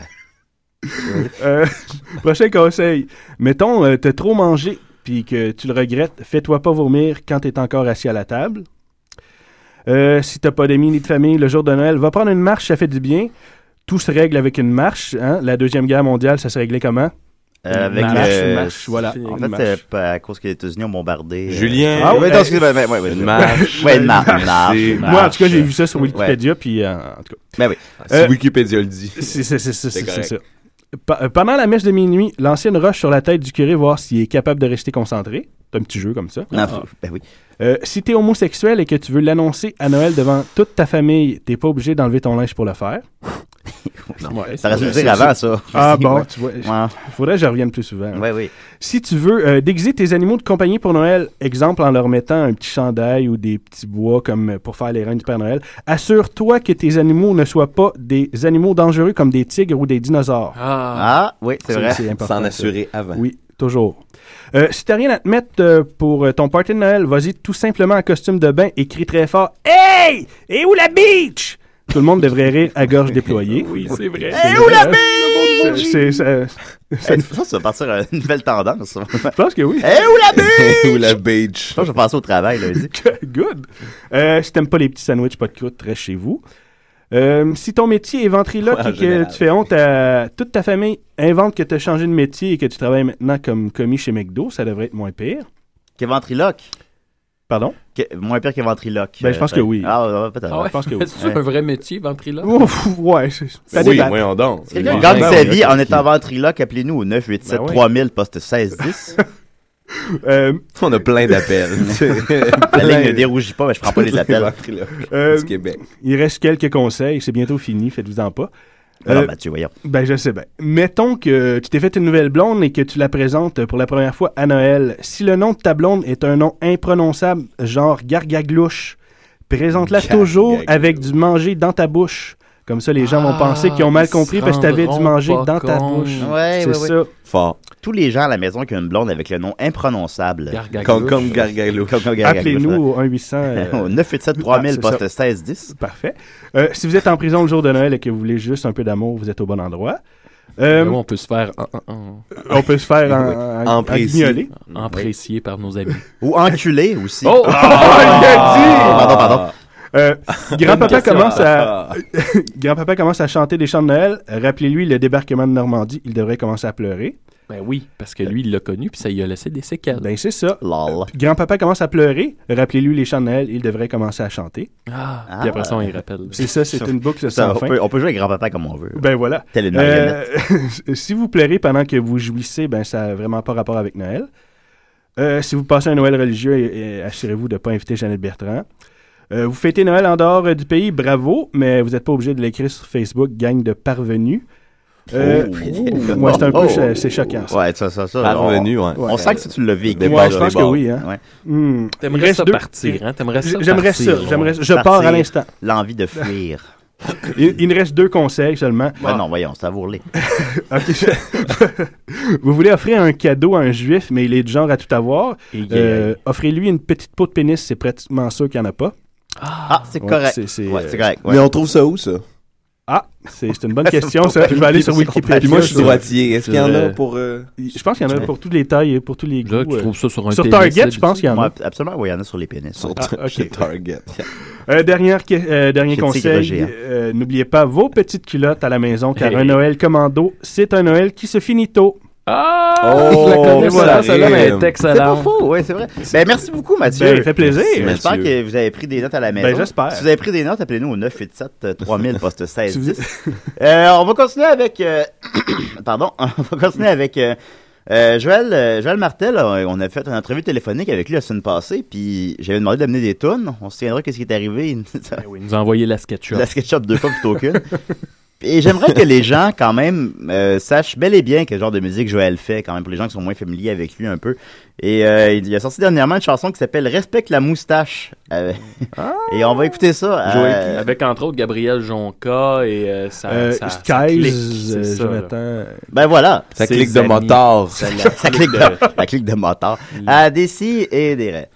Euh, prochain conseil. Mettons, euh, t'as trop mangé puis que tu le regrettes, fais-toi pas vomir quand t'es encore assis à la table. Euh, si t'as pas d'amis ni de famille le jour de Noël, va prendre une marche, ça fait du bien. Tout se règle avec une marche. hein. La Deuxième Guerre mondiale, ça se réglait comment?
Euh, avec
une marche,
euh,
une marche, voilà.
En
Une
fait,
marche.
euh, pas à cause que les États-Unis ont bombardé. euh,
Julien.
Ah oui,
Euh,
non, excusez-moi. ouais, ouais, ouais,
une
ouais.
marche.
Ouais, une mar-
Une
une marche.
marche.
une
Moi, en tout cas,
marche.
j'ai vu ça sur
Ouais.
Wikipédia, puis euh, en tout cas.
Ben oui.
Si
Euh,
Wikipédia le dit.
C'est c'est- c'est- c'est-
C'est
c'est
correct.
ça. Pa- euh, pendant la messe de minuit, lancer une roche sur la tête du curé, voir s'il est capable de rester concentré. C'est un petit jeu comme ça.
Non, ben oui.
Euh, si t'es homosexuel et que tu veux l'annoncer à Noël devant toute ta famille, t'es pas obligé d'enlever ton linge pour le faire.
non.
Ouais,
ça aurait dû le
c'est-
dire
c'est-
avant, ça.
Ah
C'est-
bon,
ouais.
tu vois.
Ouais.
Il faudrait que je revienne plus souvent. hein.
Ouais, oui.
Si tu veux euh, déguiser tes animaux de compagnie pour Noël, exemple en leur mettant un petit chandail ou des petits bois comme euh, pour faire les reines du Père Noël, assure-toi que tes animaux ne soient pas des animaux dangereux comme des tigres ou des dinosaures.
Ah. Ah, oui, c'est vrai. S'en assurer
avant. Oui, toujours. Euh, si t'as rien à te mettre euh, pour euh, ton party de Noël, vas-y tout simplement en costume de bain et crie très fort « Hey! Et où la beach? » Tout le monde devrait rire à gorge déployée.
Oui, c'est vrai.
C'est
Eh, où la
vrai.
biche?
C'est- c'est-
Ça, ça, ça va partir à une nouvelle tendance. Je
pense que oui.
Eh, où la
Eh,
biche?
où la
biche? Je pense que je vais passer au travail lundi.
Good. Euh, si t'aimes pas les petits sandwichs pas de croûte, reste chez vous. Euh, si ton métier est ventriloque
Ouais, en
et que
général.
tu fais honte à toute ta famille, invente que tu as changé de métier et que tu travailles maintenant comme commis chez McDo, ça devrait être moins pire.
Qu'est ventriloque?
Pardon?
moins pire qu'un ventriloque.
Ben, je pense que oui.
Ah, ouais, ouais, peut-être.
Ah ouais?
Je pense que oui.
C'est un vrai métier, ventriloque?
Ouf, ouais, c'est- ça
Oui,
débat.
voyons
donc.
Si quelqu'un gagne
Ben
sa vie en étant ventriloque, appelez-nous au 987
Ben ouais.
3000 poste 1610.
Euh,
On a plein d'appels. La
Ben
ligne ne dérougit pas, mais je prends pas les appels.
Euh,
du Québec.
Il reste quelques conseils. C'est bientôt fini. Faites-vous-en pas.
Alors, Mathieu, voyons.
Ben, je sais bien. Mettons que tu t'es fait une nouvelle blonde et que tu la présentes pour la première fois à Noël. Si le nom de ta blonde est un nom imprononçable, genre gargaglouche, présente-la toujours avec du manger dans ta bouche. Comme ça, les gens vont penser qu'ils ont mal
Ah, ils
compris
se
parce que t'avais du
rendront
manger
pas
dans ta
compte.
bouche.
Ouais,
C'est
ouais, ouais.
ça.
Fort. Tous les gens à la maison qui ont une blonde avec le nom imprononçable.
Gargaglouche. Comme- comme Gargaglouche.
Comme- comme Gargaglouche,
Appelez-nous
ouais.
au 1-800. euh,
Au 987 3000
Ah, c'est
poste
ça.
1610.
Parfait. Euh, si vous êtes en prison le jour de Noël et que vous voulez juste un peu d'amour, vous êtes au bon endroit. Euh,
Là, on peut se faire en, en- en-
On peut se faire en- en-
Oui.
en guignoler.
Emprécié par nos amis.
Ou enculé aussi.
Oh!
Ah, il a dit!
Pardon,
Ah.
pardon.
Euh,
Bonne
grand-papa
question.
commence à grand-papa commence à chanter des chants de Noël. Rappelez-lui le débarquement de Normandie. Il devrait commencer à pleurer.
Ben oui, parce que lui, il l'a connu, puis ça lui a laissé des séquelles.
Ben c'est ça.
Lol.
Grand-papa commence à pleurer. Rappelez-lui les chants de Noël. Il devrait commencer à chanter.
Ah. Puis après ça, on y rappelle.
C'est ça, c'est une boucle
Ça,
sans
on
fin.
peut- on peut jouer avec grand-papa comme on veut.
Ben voilà.
Telle une
Euh,
marionnette.
si vous pleurez pendant que vous jouissez, ben ça n'a vraiment pas rapport avec Noël. Euh, si vous passez un Noël religieux, et- et assurez-vous de ne pas inviter Jeannette Bertrand. Euh, vous fêtez Noël en dehors euh, du pays, bravo, mais vous n'êtes pas obligé de l'écrire sur Facebook, gang de parvenus. Euh,
Oh.
ouais, c'est un peu
Oh.
cho- c'est choquant. ça.
Ouais, ça, ça, ça.
Parvenu,
on,
ouais.
On sent que tu l'as vécu.
Ouais, je pense que oui. Hein. Hmm. Il
T'aimerais
reste
ça
deux-
partir, hein? T'aimerais ça
J'aimerais ça.
partir,
j'aimerais-
ouais.
Je pars à
Partir.
l'instant.
L'envie de fuir.
Il, il nous reste deux conseils seulement.
Ben non, voyons, ça vourlé.
Ok, je- Vous voulez offrir un cadeau à un juif, mais il est du genre à tout avoir. Euh, Offrez-lui une petite peau de pénis, c'est pratiquement sûr qu'il n'y en a pas.
Ah, c'est
Ouais,
correct.
c'est- c'est,
Ouais,
euh,
c'est correct.
Mais on trouve ça où, ça?
Ah, c'est c'est une bonne question, ça. Je vais aller sur Wikipédia.
Puis moi, je suis
sur-
droitier. Est-ce qu'il y en a
Euh,
pour... euh,
Je pense qu'il y en a pour tous les tailles et pour tous les goûts.
Là, tu
euh.
trouves ça sur un
Target, je pense qu'il y en a.
Ouais, absolument, oui, il y en a sur les pénis. Sur
Ah, ok. chez
Target.
Euh, dernière que- euh, dernier
Chez
conseil,
Tigre Géant.
euh, n'oubliez pas vos petites culottes à la maison, car
Hey.
un Noël commando, c'est un Noël qui se finit tôt.
Ah!
Oh,
je la connais, celle-là,
voilà,
celle-là,
rime.
elle est excellente.
C'est pas faux, oui, c'est vrai. Ben, merci beaucoup, Mathieu.
Ben, fait plaisir. Merci,
J'espère
Mathieu.
que vous avez pris des notes à la maison.
Ben, j'espère.
Si vous avez pris des notes, appelez-nous au 987 3000 euh, poste 1610. Euh, on va continuer avec. euh, Pardon, on va continuer avec. euh, euh, Joël, euh, Joël Martel, euh, on a fait une entrevue téléphonique avec lui la semaine passée, puis j'avais demandé d'amener des tunes. On se souviendra qu'est-ce qui est arrivé.
Ben Il nous a envoyé la SketchUp.
La SketchUp deux fois plutôt qu'une. Et j'aimerais que les gens, quand même, euh, sachent bel et bien quel genre de musique Joël fait, quand même, pour les gens qui sont moins familiers avec lui un peu. Et euh, il a sorti dernièrement une chanson qui s'appelle Respecte la moustache. Euh, Et on va écouter ça.
Joël
euh,
Pli. Avec entre autres Gabriel Jonca et euh, sa,
Euh,
sa- sa
Skies,
clique,
euh,
c'est ça,
Jonathan,
là.
euh,
Ben voilà.
Ça
Ses
clique de
amis.
motard.
Ça- La, ça clique de, la clique de motard. À des si et des raies.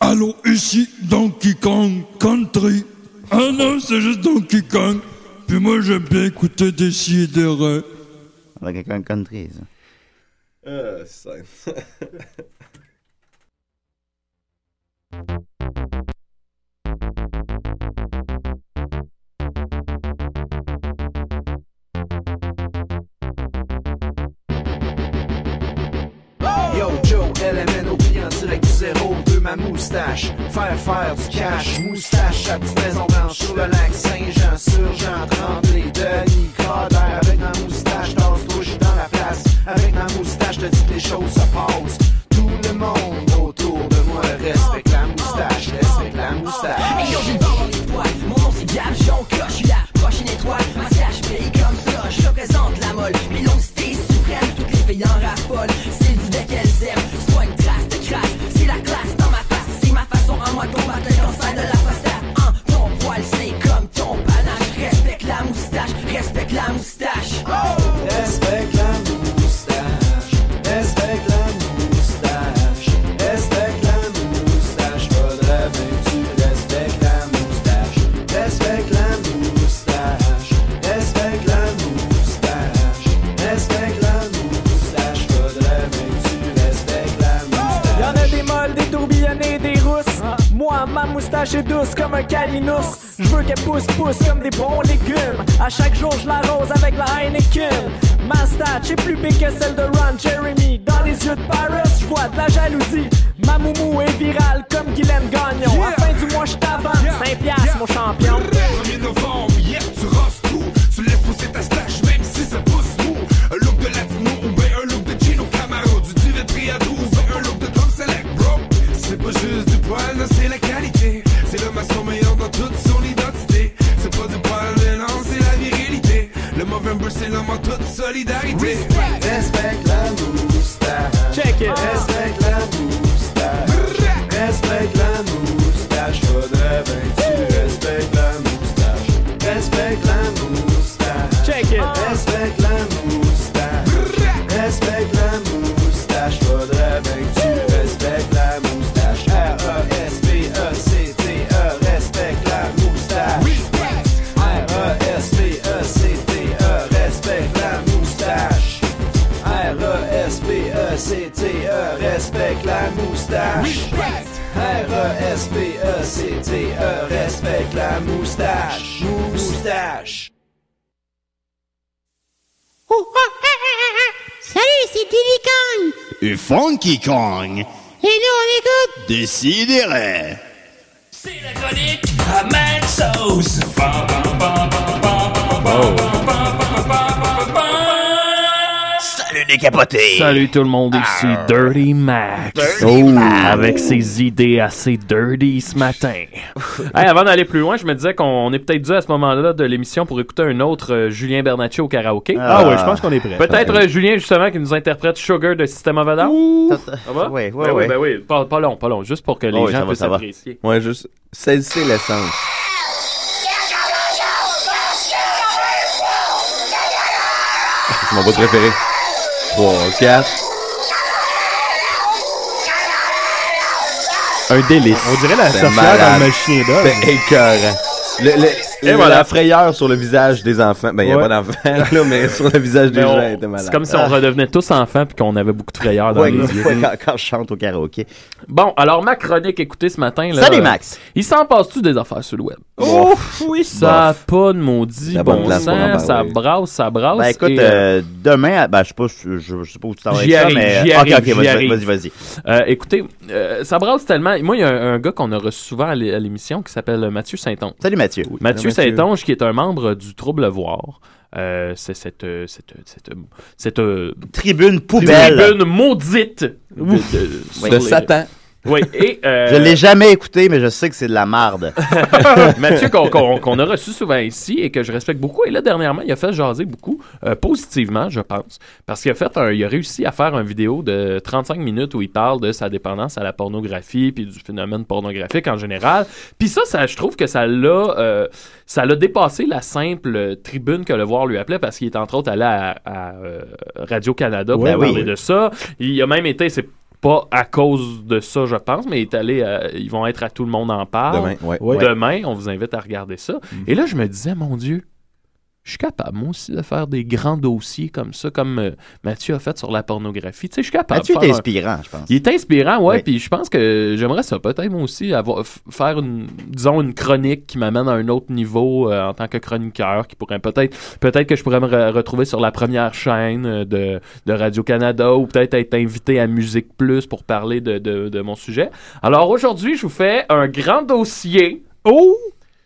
Allô, ici Donkey Kong Country. Ah non, c'est juste Donkey Kong. Puis moi, j'aime bien écouter des si et des raies.
Avec quelqu'un de country, ça.
Euh, c'est...
Yo, Joe, LMNOP en direct du zéro de ma moustache. Faire faire du cash, moustache à petite maison blanche sur le lac Saint-Jean, sur Jean Tremblay, Denis Coderre. Avec ma moustache, tasse-toi, je suis dans la place. Avec ma moustache, je te dis que les choses se passent. Tout le monde autour de moi respecte la moustache, respecte la moustache.
Hey yo, j'ai le vent dans les poils. Mon nom c'est Gab, j'en coche, je suis la prochaine étoile. Moustache, BK, fraîche et douce comme un calinours. Je veux qu'elle pousse, pousse comme des bons légumes. À chaque jour, je l'arrose avec la Heineken. Ma stat est plus big que celle de Ron Jeremy. Dans les yeux de Paris, je vois de la jalousie. Ma moumou est virale comme Guylaine Gagnon. À la fin du mois, je t'avance. 5 piastres, mon champion.
1er novembre, hier tu rosses tout. Tu laisses pousser ta stache, même si ça pousse mou. Un look de Latino ou bien un look de Gino Camaro. Du Divetri à 12, un look de Tom Select, bro. C'est pas juste du poil, non, c'est la qualité. C'est le maçon meilleur dans toute son identité. C'est pas du poil, mais non, c'est la virilité. Le Movember, c'est l'homme en toute solidarité.
Respecte la moustache.
Check it.
Respecte la moustache. Respecte la moustache. Faudrait bien que tu respectes la moustache. Respecte la moustache.
Check it.
Respecte la moustache. Respecte la moustache. Faudrait bien que tu respectes la moustache. R-E-S-P-E-C-T-E. Respecte la moustache. R-E-S-P-E-C-T-E. Respecte la moustache. R-E-S-P-E-C-T-E, respecte la moustache. R-E-S-P-E-C-T-E, respecte la moustache. Moustache.
Oh, ah, ah, ah, ah. Salut, c'est Diddy Kong.
Et Funky Kong,
Et nous, on écoute.
décidérez.
à Mad Sauce. Ba, ba, ba, ba, ba, ba, ba, ba, ba, ba, ba, ba.
Salut les capotés.
Salut tout le monde, ici Dirty Max.
Dirty Oh. Max.
Avec ses idées assez dirty ce matin. Hey, avant d'aller plus loin, je me disais qu'on est peut-être dû à ce moment-là de l'émission pour écouter un autre euh, Julien Bernacci au karaoké.
Ah ouais, je pense qu'on est prêt.
Peut-être
Ouais.
euh, Julien justement qui nous interprète Sugar de System of a Down. Ça va?
Ouais, Oh,
Ben oui, ben oui. Pas, pas long, pas long. Juste pour que les gens puissent apprécier.
Ouais, juste saisissez l'essence. C'est mon bout préféré. 3, 4.
Un délice.
On dirait la
C'est
sorcière
malade.
dans le chien d'or.
C'est écœurant. hein. Le, le-
Et
le-
voilà.
La frayeur sur le visage des enfants. Ben, il n'y a
Ouais.
pas d'enfants, là, mais sur le visage des
Mais
gens,
on-
elle était malade.
C'est comme si on
Ah.
redevenait tous enfants puis qu'on avait beaucoup de frayeur dans
Ouais,
les yeux.
ouais, quand-
je chante au karaoké.
Bon, alors ma chronique écoutez ce matin. Là,
Salut,
euh,
Max.
il s'en passe-tu des affaires sur le web?
Oh,
oui, ça a pas de maudit
La bonne
bon
place pour en
sens, ça
parler.
brasse, ça brasse.
Ben écoute,
et,
euh, demain, ben, je sais pas, je, je- je sais pas où tu t'en vas avec
J'y
ça,
arrive,
mais. Ah,
j'y
Ok,
arrive,
ok,
j'y
vas-y,
arrive.
vas-y, vas-y.
Euh, écoutez, euh, ça brasse tellement. Moi, il y a un, un gars qu'on a reçu souvent à l'é- à l'émission qui s'appelle Mathieu Saint-Onge.
Salut Mathieu. Salut, Mathieu.
Mathieu Saint-Onge, qui est un membre du Trouble Voir. Euh, c'est cette, euh, cette, euh, cette, euh, cette, euh,
Tribune poubelle.
Tribune maudite. Ouf.
Oui.
sur les- Oui, et. euh,
Je l'ai jamais écouté, mais je sais que c'est de la marde.
Mathieu, qu'on qu'on- qu'on a reçu souvent ici et que je respecte beaucoup. Et là, dernièrement, il a fait jaser beaucoup, euh, positivement, je pense, parce qu'il a, fait un- il a réussi à faire une vidéo de 35 minutes où il parle de sa dépendance à la pornographie puis du phénomène pornographique en général. Puis ça, ça je trouve que ça l'a euh, ça l'a dépassé la simple euh, tribune que le voir lui appelait parce qu'il est entre autres allé à, à, euh, Radio-Canada pour
Ouais,
parler
oui.
de ça. Il a même été... c'est pas à cause de ça, je pense, mais il est allé, euh, ils vont être à tout le monde en parle.
Demain, ouais.
Ouais.
Ouais.
Demain, on vous invite à regarder ça. Et là, je me disais, mon Dieu, je suis capable, moi aussi, de faire des grands dossiers comme ça, comme euh, Mathieu a fait sur la pornographie. Tu sais, je suis capable. de
Mathieu est
faire un-
inspirant, je pense.
Il est inspirant, ouais, puis je pense que j'aimerais ça peut-être moi aussi avoir, f- faire une disons une chronique qui m'amène à un autre niveau euh, en tant que chroniqueur qui pourrait peut-être peut-être que je pourrais me re- retrouver sur la première chaîne euh, de, de Radio Canada ou peut-être être invité à Musique Plus pour parler de, de- de mon sujet. Alors aujourd'hui, je vous fais un grand dossier. Oh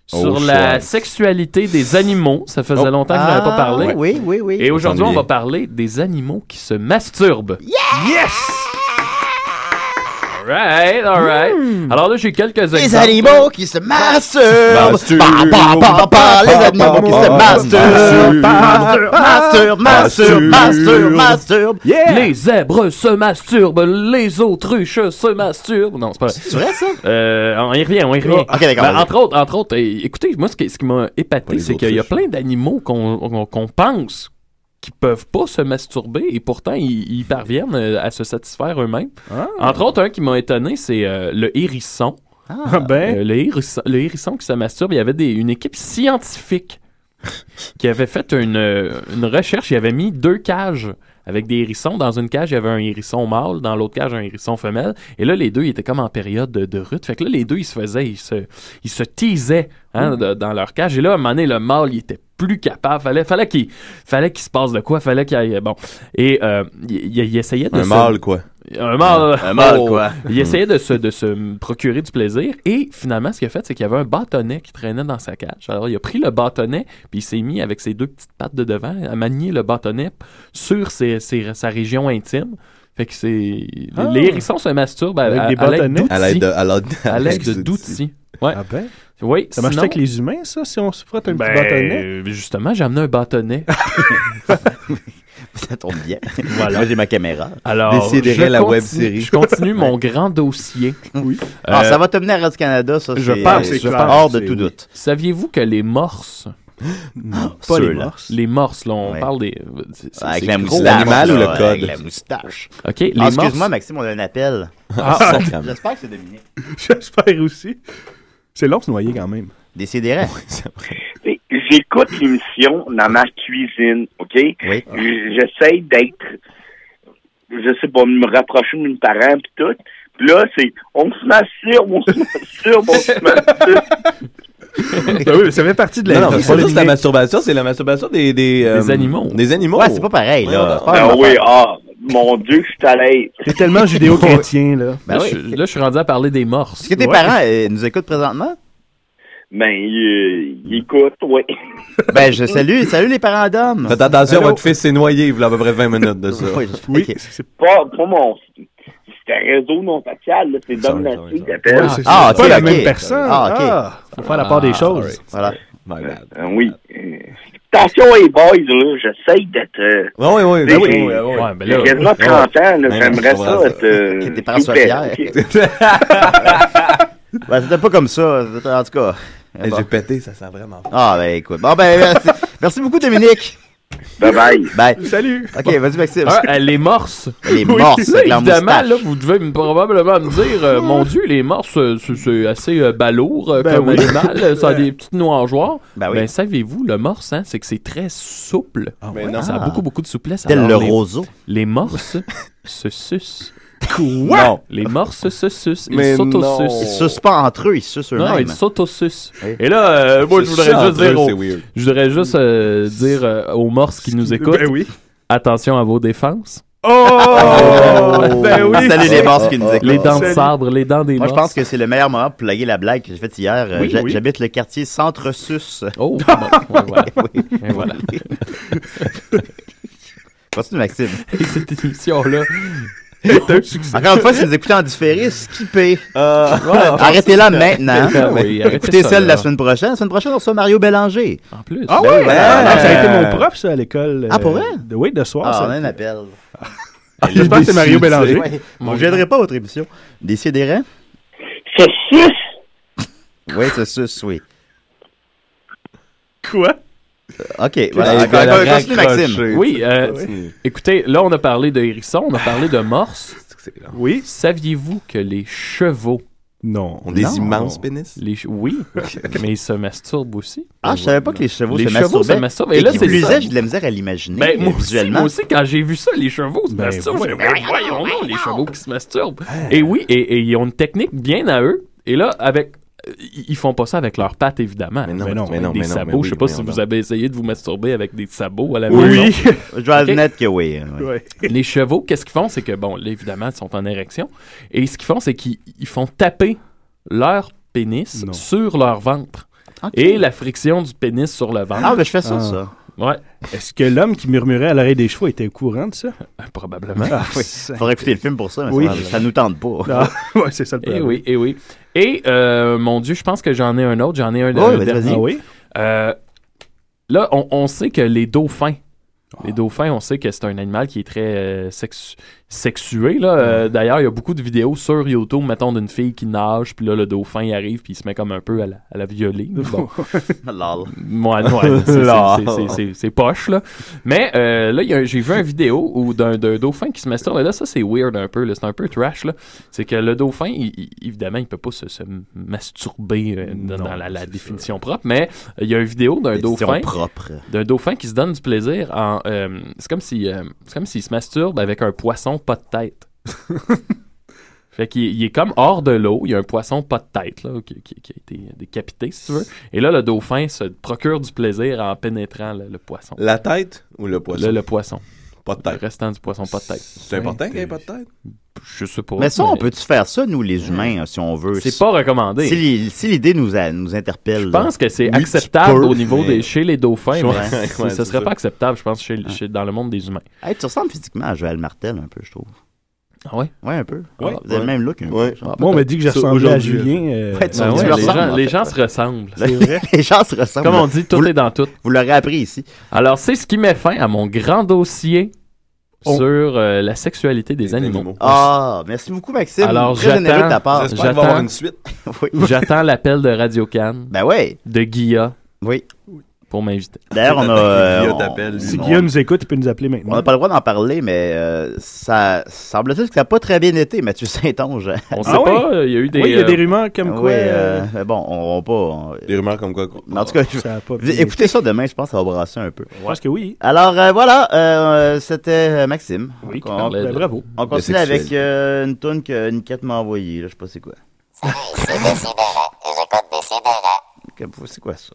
sur
Oh,
la
chouette.
sexualité des animaux, ça faisait
Oh.
longtemps que je n'avais pas
Ah,
parlé.
oui, oui, oui.
Et aujourd'hui, on
Entendu.
va parler des animaux qui se masturbent.
Yes!
Alright, alright. Alors là, j'ai quelques exemples.
Les animaux qui se masturbent.
Masturbent.
Bah, bah, bah, bah, Les animaux qui se masturbent.
Bah,
Masturbent, masturbent, masturbent, masturbent, masturbent.
Les zèbres se masturbent, les autruches se masturbent. Non, c'est pas vrai.
C'est vrai, ça?
Euh, on y revient, on y revient.
Oh, ok, d'accord,
Ben,
vas-y.
entre autres, entre autres, euh, écoutez, moi, ce qui, ce qui m'a épaté, c'est qu'il y a plein d'animaux qu'on qu'on- qu'on pense qui peuvent pas se masturber et pourtant ils, ils parviennent euh, à se satisfaire eux-mêmes. Entre autres, un qui m'a étonné, c'est euh, le hérisson.
ben.
Euh, le, hérisson, le hérisson qui se masturbe, il y avait des- une équipe scientifique qui avait fait une, euh, une recherche. Il avait mis deux cages avec des hérissons. Dans une cage, il y avait un hérisson mâle. Dans l'autre cage, un hérisson femelle. Et là, les deux, ils étaient comme en période de, de rut. Fait que là, les deux, ils se faisaient, ils se, ils se teasaient hein, de- dans leur cage. Et là, à un moment donné, le mâle, il était plus capable. Fallait, fallait qu'il fallait qu'il se passe de quoi. Fallait qu'il aille. Bon. Et euh, il, il- il essayait de
Un
se-
mâle, bah, quoi.
Un mâle.
Un mâle, quoi.
Il essayait de se, de se procurer du plaisir. Et finalement, ce qu'il a fait, c'est qu'il y avait un bâtonnet qui traînait dans sa cage. Alors, il a pris le bâtonnet, puis il s'est mis avec ses deux petites pattes de devant à manier le bâtonnet sur ses- ses- sa région intime. Fait que c'est. les-
Ah.
Les hérissons se masturbent à-
Avec
à-
des
à l'aide
bâtonnets?
d'outils.
À l'aide de- à l'aide-
À l'aide de-
d'outils.
d'outils. Ouais.
Ah ben?
Oui,
Ça marche
sinon-
avec les humains, ça, si on se frotte un
Ben,
petit bâtonnet?
Justement, j'ai amené un bâtonnet.
Ça tombe bien.
Voilà. Euh,
Moi, j'ai ma caméra.
Alors,
Décidérez
je
la
continue-
web-série.
Je continue mon grand dossier.
Oui.
Ah, ça va te mener à Radio-Canada, ça.
Je
c'est-
pense,
c'est
c'est clair.
hors de
C'est-
tout
oui.
doute.
Saviez-vous que les morses.
pas les
Ceux-là.
morses.
Les morses, là, on
Ouais.
parle des. c'est- c'est-
Avec
c'est
la
gros.
moustache. là, Avec la moustache.
OK, les
Ah,
morses-
Excuse-moi, Maxime, on a un appel.
Ah,
Ah,
sacrément.
J'espère que c'est Dominique.
J'espère aussi. C'est long de se noyer quand même.
Décidérez.
Mais J'écoute l'émission dans ma cuisine, OK? J- J'essaie d'être, je sais pas, de me rapprocher de mes parents pis tout. Puis là, c'est, on se masturbe, on se masturbe, on se masturbe.
Ben oui, ça fait partie de la
Non,
vie,
non,
ça,
c'est pas juste la
Dominique.
masturbation, c'est la masturbation des... Des, euh,
Des animaux.
Des animaux.
Ouais, c'est pas pareil, là.
non, c'est pas la
Ah
même affaire.
oui, ah, mon Dieu, que je suis à l'aise.
T'es tellement judéo-chrétien, là.
Ben
Là,
Ah
je, là, je suis rendu à parler des morses.
Est-ce que tes parents, euh,
nous écoutent présentement?
Ben, il, il écoute, oui.
Ben, je salue, salue les parents d'hommes.
Faites attention, votre fils s'est noyé, il y a à peu près 20 minutes de ça.
Oui.
Pas, pas mon. C'est un réseau non facial, là. C'est Dom Nassé qui appelle.
Ouais, c'est- c'est pas la même personne.
Ah, ok.
Ah, faut faire la part des
Ah,
choses.
sorry.
Voilà.
Euh, oui. Euh, Attention, les boys, là. J'essaye d'être. euh,
Oui, oui,
tu
ben
sais,
oui,
j'ai-
oui, oui. Ouais, ben là,
J'ai quasiment
ouais. Ben
30 ans, là.
Ouais,
J'aimerais
on
ça
comprend ça.
être. euh,
Que tes parents soient
tout
fiers.
bête.
Ben, c'était pas comme ça. c'était- En tout cas.
Hey, J'ai pété, ça sent vraiment fort.
Ah, ben, écoute. Bon, ben, merci, merci beaucoup, Dominique.
Bye bye.
Bye.
Salut.
Ok, vas-y, Maxime.
Ah, euh, les morses.
Les morses avec leur
Évidemment,
moustache.
là, vous devez me- probablement me dire, euh, mon Dieu, les morses, euh, c'est- c'est assez euh, balourd euh,
Ben
comme
oui.
animal. euh, Ça a
Ouais.
des petites noirgeoires.
Ben oui.
savez-vous, le morse, hein, c'est que c'est très souple.
ouais? non.
Ça a
Ah.
beaucoup, beaucoup de souplesse.
Tel
Alors,
le
les-
roseau.
Les morses se sucent.
Quoi?
Non, les morses se sucent.
Mais
Ils s'autosucent.
Ils se sucent pas entre eux, ils se sucent
Non,
eux-mêmes.
ils s'autosucent. Et là, euh, moi, je
C'est
voudrais
ça,
juste
entre
dire,
eux, c'est
aux-
weird.
je voudrais juste euh, dire euh, aux morses qui nous écoutent,
Ben oui.
attention à vos défenses.
Oh! ben oui!
Ah, Salut les morses qui nous écoutent.
Les dents de sabre, les dents des
Moi, je
morses.
pense que c'est le meilleur moment pour plaguer la blague que j'ai faite hier. Euh,
Oui,
j'ha-
oui.
J'habite le quartier Centre-Sus.
Oh, bon, ouais, voilà.
Oui.
Et voilà.
Continue, Maxime.
Et cette émission-là.
Encore une fois, si vous écoutez en différé, skippez.
Ah,
voilà.
Ah, Arrêtez-la maintenant.
Ah oui, arrêtez
écoutez
ça,
celle de la
là.
semaine prochaine. La semaine prochaine, on reçoit Mario Bélanger.
En plus.
Ah
Ben
ouais?
oui, ben,
Ah,
ben,
ça a été
euh,
mon prof, ça, à l'école. euh,
Ah, pour vrai?
de- oui, de soir.
Ah,
ça.
on a un appel.
Ah, J'espère que c'est Mario Bélanger.
Ouais. Vous gênerez pas votre émission. Décidérez.
C'est sus.
Oui, c'est sus, oui.
Quoi?
OK,
Ouais,
voilà. Encore-
ben,
encore-
la
Continue,
raccroche.
Maxime.
Oui, euh, écoutez, là, on a parlé de hérissons, on a parlé de morses.
Oui.
Saviez-vous que les chevaux
Non.
Ont des Non. immenses pénis?
Les che- Oui, mais ils se masturbent aussi.
Ah, je savais pas que les chevaux
Les
se
chevaux
masturbaient.
se masturbent. Et
Et
là,
qui
c'est
plus
ça.
est, j'ai de la misère à l'imaginer
Ben, moi,
euh,
aussi,
visuellement.
moi aussi, quand j'ai vu ça, les chevaux se
Ben,
masturbent.
voyons,
j'ai dit, Ben, voyons, non, les chevaux qui se masturbent. Et oui, et, et ils ont une technique bien à eux. Et là, avec. Ils ils font pas ça avec leurs pattes, évidemment. Mais
non, mais non, mais non,
Des
mais non,
sabots.
mais oui,
je sais pas
mais
si
non.
vous avez essayé de vous masturber avec des sabots à la
Oui.
maison.
Je dois
Ok.
admettre que oui. hein, oui.
Ouais.
les chevaux, qu'est-ce qu'ils font? C'est que, bon, là, évidemment, ils sont en érection. Et ce qu'ils font, c'est qu'ils ils font taper leur pénis sur leur ventre. Et la friction du pénis sur le ventre.
Ah, ben, je fais ça,
Ah.
ça.
Ouais,
Est-ce que l'homme qui murmurait à l'oreille des chevaux était au courant de ça?
Euh, probablement.
Ah,
Oui.
c'est-
Faudrait écouter le film pour ça, mais
Oui.
ça, ça nous tente pas.
Ah, ouais, c'est ça le
Eh
problème.
oui, eh oui. Et, euh, mon Dieu, je pense que j'en ai un autre. J'en ai un,
Oui,
un
vas-y,
dernier.
vas-y.
Ah oui?
Euh, là, on, on sait que les dauphins, les dauphins, on sait que c'est un animal qui est très euh, sexu- sexué. là. Euh, D'ailleurs, il y a beaucoup de vidéos sur YouTube, mettons, d'une fille qui nage, puis là, le dauphin, il arrive, puis il se met comme un peu à la, à la violer. Mais Bon.
Lol.
Ouais, ouais, c'est- c'est-
Lol.
c'est- c'est- c'est- c'est poche, là. Mais euh, là, il y a un- j'ai vu une vidéo où d'un d'un dauphin qui se masturbe. Là, ça, c'est weird un peu. là. C'est un peu trash, là. C'est que le dauphin, il- il- évidemment, il peut pas se, se masturber euh, dans, dans la, la définition propre, mais euh, il y a une vidéo d'un
Définition
dauphin
propre.
d'un dauphin qui se donne du plaisir en euh, c'est comme si euh, c'est comme s'il se masturbe avec un poisson pas de tête. Fait qu'il il est comme hors de l'eau, il y a un poisson pas de tête là, qui, qui- qui a été décapité si tu veux. Et là le dauphin se procure du plaisir en pénétrant le, le poisson.
La tête ou le poisson?
Le, le poisson.
Pas de tête.
Le restant du poisson pas de tête. C'est
important qu'il y ait pas de tête?
Je sais pas.
Mais ça, on peut-tu faire ça, nous, les humains, hein, si on veut?
C'est pas recommandé.
Si l'i- si l'idée nous, a- nous interpelle.
Je pense que c'est acceptable au niveau des chez les dauphins, mais c'est-
Ouais,
ce
c'est
serait
ça.
pas acceptable, je pense, chez, chez- dans le monde des humains.
Hey, tu ressembles physiquement à Joël Martel un peu, je trouve.
Ah ouais?
Ouais, un peu.
Ouais.
Vous avez le même look. Un
Ouais.
peu.
Ah, Moi, on peut-être. m'a dit que je
Ça,
ressemblais à
aujourd'hui,
Julien, euh,
Ouais, tu-
Ben
tu le
ouais, les
ressembles,
gens-
en
les
fait.
gens se ressemblent.
Les-
C'est vrai.
les gens se ressemblent.
Comme on dit, tout
Vous-
est dans tout.
Vous l'aurez appris ici.
Alors, c'est ce qui met fin à mon grand dossier
Oh.
sur euh, la sexualité des animaux.
Ah, merci beaucoup, Maxime.
Alors,
Très généreux de ta part.
j'attends,
J'espère qu'il va y avoir une
suite.
Oui.
j'attends l'appel de Radio Cannes.
Ben ouais.
De Guilla.
Oui.
Pour m'inviter.
D'ailleurs, on a. euh, on-
Si Guillaume nous écoute, il peut nous appeler maintenant.
On n'a pas le droit d'en parler, mais euh, ça semble-t-il que ça n'a pas très bien été, Mathieu Saint-Onge.
On sait Ah oui? pas, euh, il y a eu des, Oui, il y a des euh, rumeurs comme
ah
quoi, euh,
mais bon, on va pas.
Des rumeurs comme quoi.
En tout cas, je-
Ça a pas
vous-
bien été.
écoutez ça demain, je pense que ça va brasser un peu.
Je pense que oui.
Alors euh, voilà, euh, c'était euh, Maxime. Oui,
qui
Ah,
parlait de- Ben, bravo.
On
de
continue
sexuel.
avec euh, une toune que Niquette m'a envoyée, là, je sais pas c'est quoi. Que- C'est quoi ça?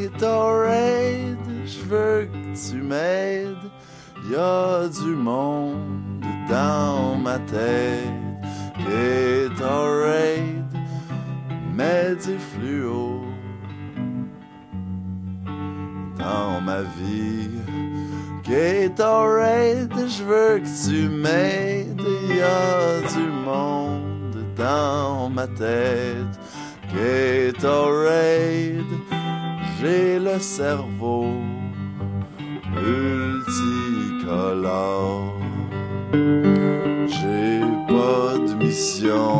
Gatorade, je veux que tu m'aides. Y a du monde dans ma tête. Gatorade, mais du fluo dans ma vie. Gatorade, je veux que tu m'aides. Y a du monde dans ma tête. Gatorade, j'ai le cerveau multicolore. J'ai pas de mission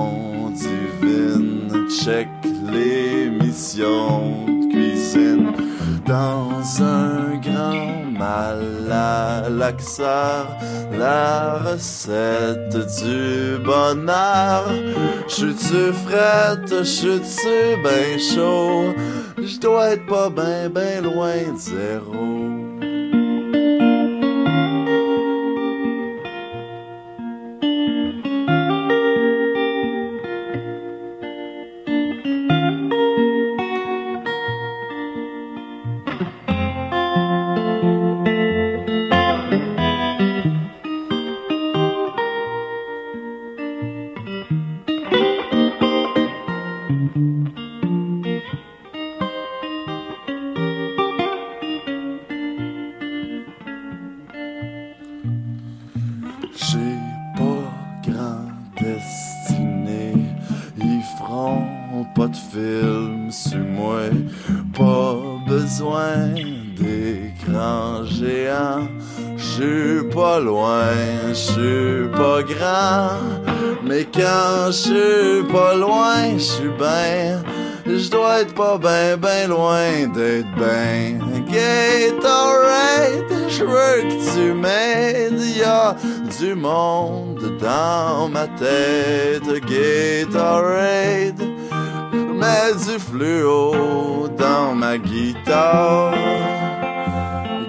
divine, check les missions de cuisine. Dans un grand malalaxeur, la recette du bonheur. J'suis-tu frette, j'suis-tu ben chaud? J'dois être pas ben ben loin de zéro. J'ai pas grand destiné, ils feront pas de film sur moi. Pas besoin des grands géants, j'suis pas loin, j'suis pas grand. Mais quand j'suis pas loin, j'suis ben, j'dois être pas ben ben loin d'être ben. Gatorade, j'veux que tu m'aides, y'a du monde dans ma tête. Gatorade, mets du fluo dans ma guitare.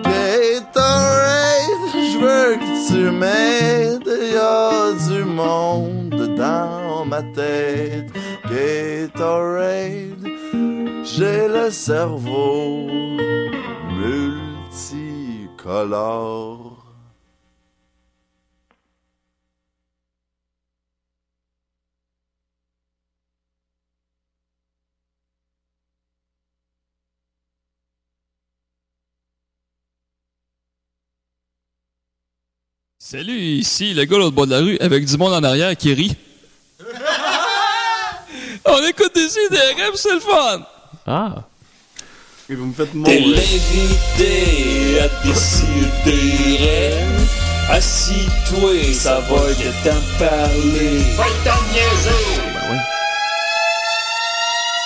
Gatorade, j'veux que tu m'aides, y'a du monde dans ma tête. Gatorade, j'ai le cerveau multicolore.
Salut, ici le gars au bord de la rue avec du monde en arrière qui rit. On écoute des idées, c'est le fun!
Ah!
Et vous me faites euh,
T'es
mourir.
l'invité à décider. Assis-toi, ça va de t'en parler. Va t'en niaiser!
Ben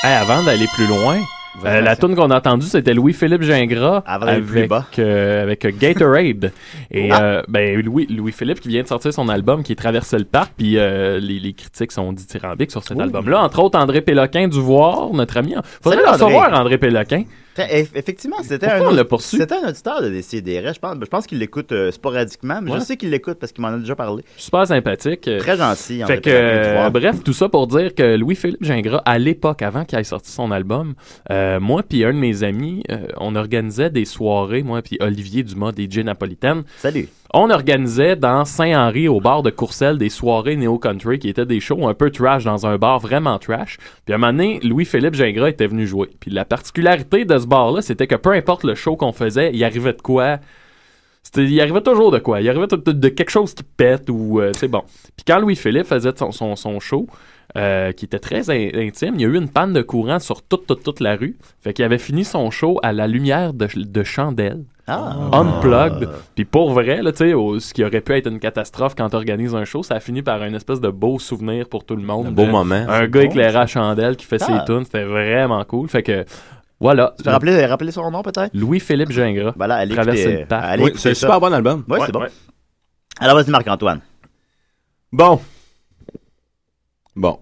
Hey, avant d'aller plus loin, euh, la tune qu'on a entendue, c'était Louis-Philippe Gingras
d'aller plus Ah.
avec, euh, avec, euh, Gatorade. Et euh, ben, Louis- Louis-Philippe qui vient de sortir son album qui est Traverser le parc, puis euh, les, les critiques sont dithyrambiques sur cet
Ouh.
album-là. Entre autres, André Péloquin du Voir, notre ami.
Salut,
Faudrait le
André.
savoir, André Péloquin.
Très- eff- Effectivement, c'était
Pourquoi
un,
on l'a poursuivi?
c'était un auditeur de DCDR. Je pense, je pense qu'il l'écoute euh, sporadiquement, mais
Ouais.
je sais qu'il l'écoute parce qu'il m'en a déjà parlé.
Super sympathique.
Très gentil, André
Euh, Fait que,
Péloquin du
euh,
Voir.
bref, tout ça pour dire que Louis-Philippe Gingras, à l'époque, avant qu'il ait sorti son album, euh, moi puis un de mes amis, euh, on organisait des soirées, moi puis Olivier Dumas des J Napolitaines.
Salut.
On organisait dans Saint-Henri, au bar de Courcelles, des soirées néo-country qui étaient des shows un peu trash dans un bar vraiment trash. Puis à un moment donné, Louis-Philippe Gingras était venu jouer. Puis la particularité de ce bar-là, c'était que peu importe le show qu'on faisait, il arrivait de quoi... C'était- il arrivait toujours de quoi. Il arrivait de, de- de quelque chose qui pète ou euh, c'est bon. Puis quand Louis-Philippe faisait son, son, son show, euh, qui était très in- intime, il y a eu une panne de courant sur toute, toute, toute la rue. Fait qu'il avait fini son show à la lumière de, ch- de chandelles.
Ah,
Ah.
Unplugged. Puis pour vrai, là, tu sais, au- ce qui aurait pu être une catastrophe quand tu organises un show, ça a fini par une espèce de beau souvenir pour tout le monde.
Un beau
de-
moment.
Un
C'est
gars
bon,
éclairé
ça.
à chandelle qui fait
Ah.
ses tunes. C'était vraiment cool. Fait que, voilà.
Tu peux rappeler, rappeler son nom peut-être?
Louis-Philippe Gingras.
Voilà, allez
Traverser
écouter,
le parc.
allez
Oui,
écouter
c'est un
ça.
super bon album.
Ouais,
Ouais,
c'est bon.
ouais.
Alors vas-y Marc-Antoine.
Bon. Bon.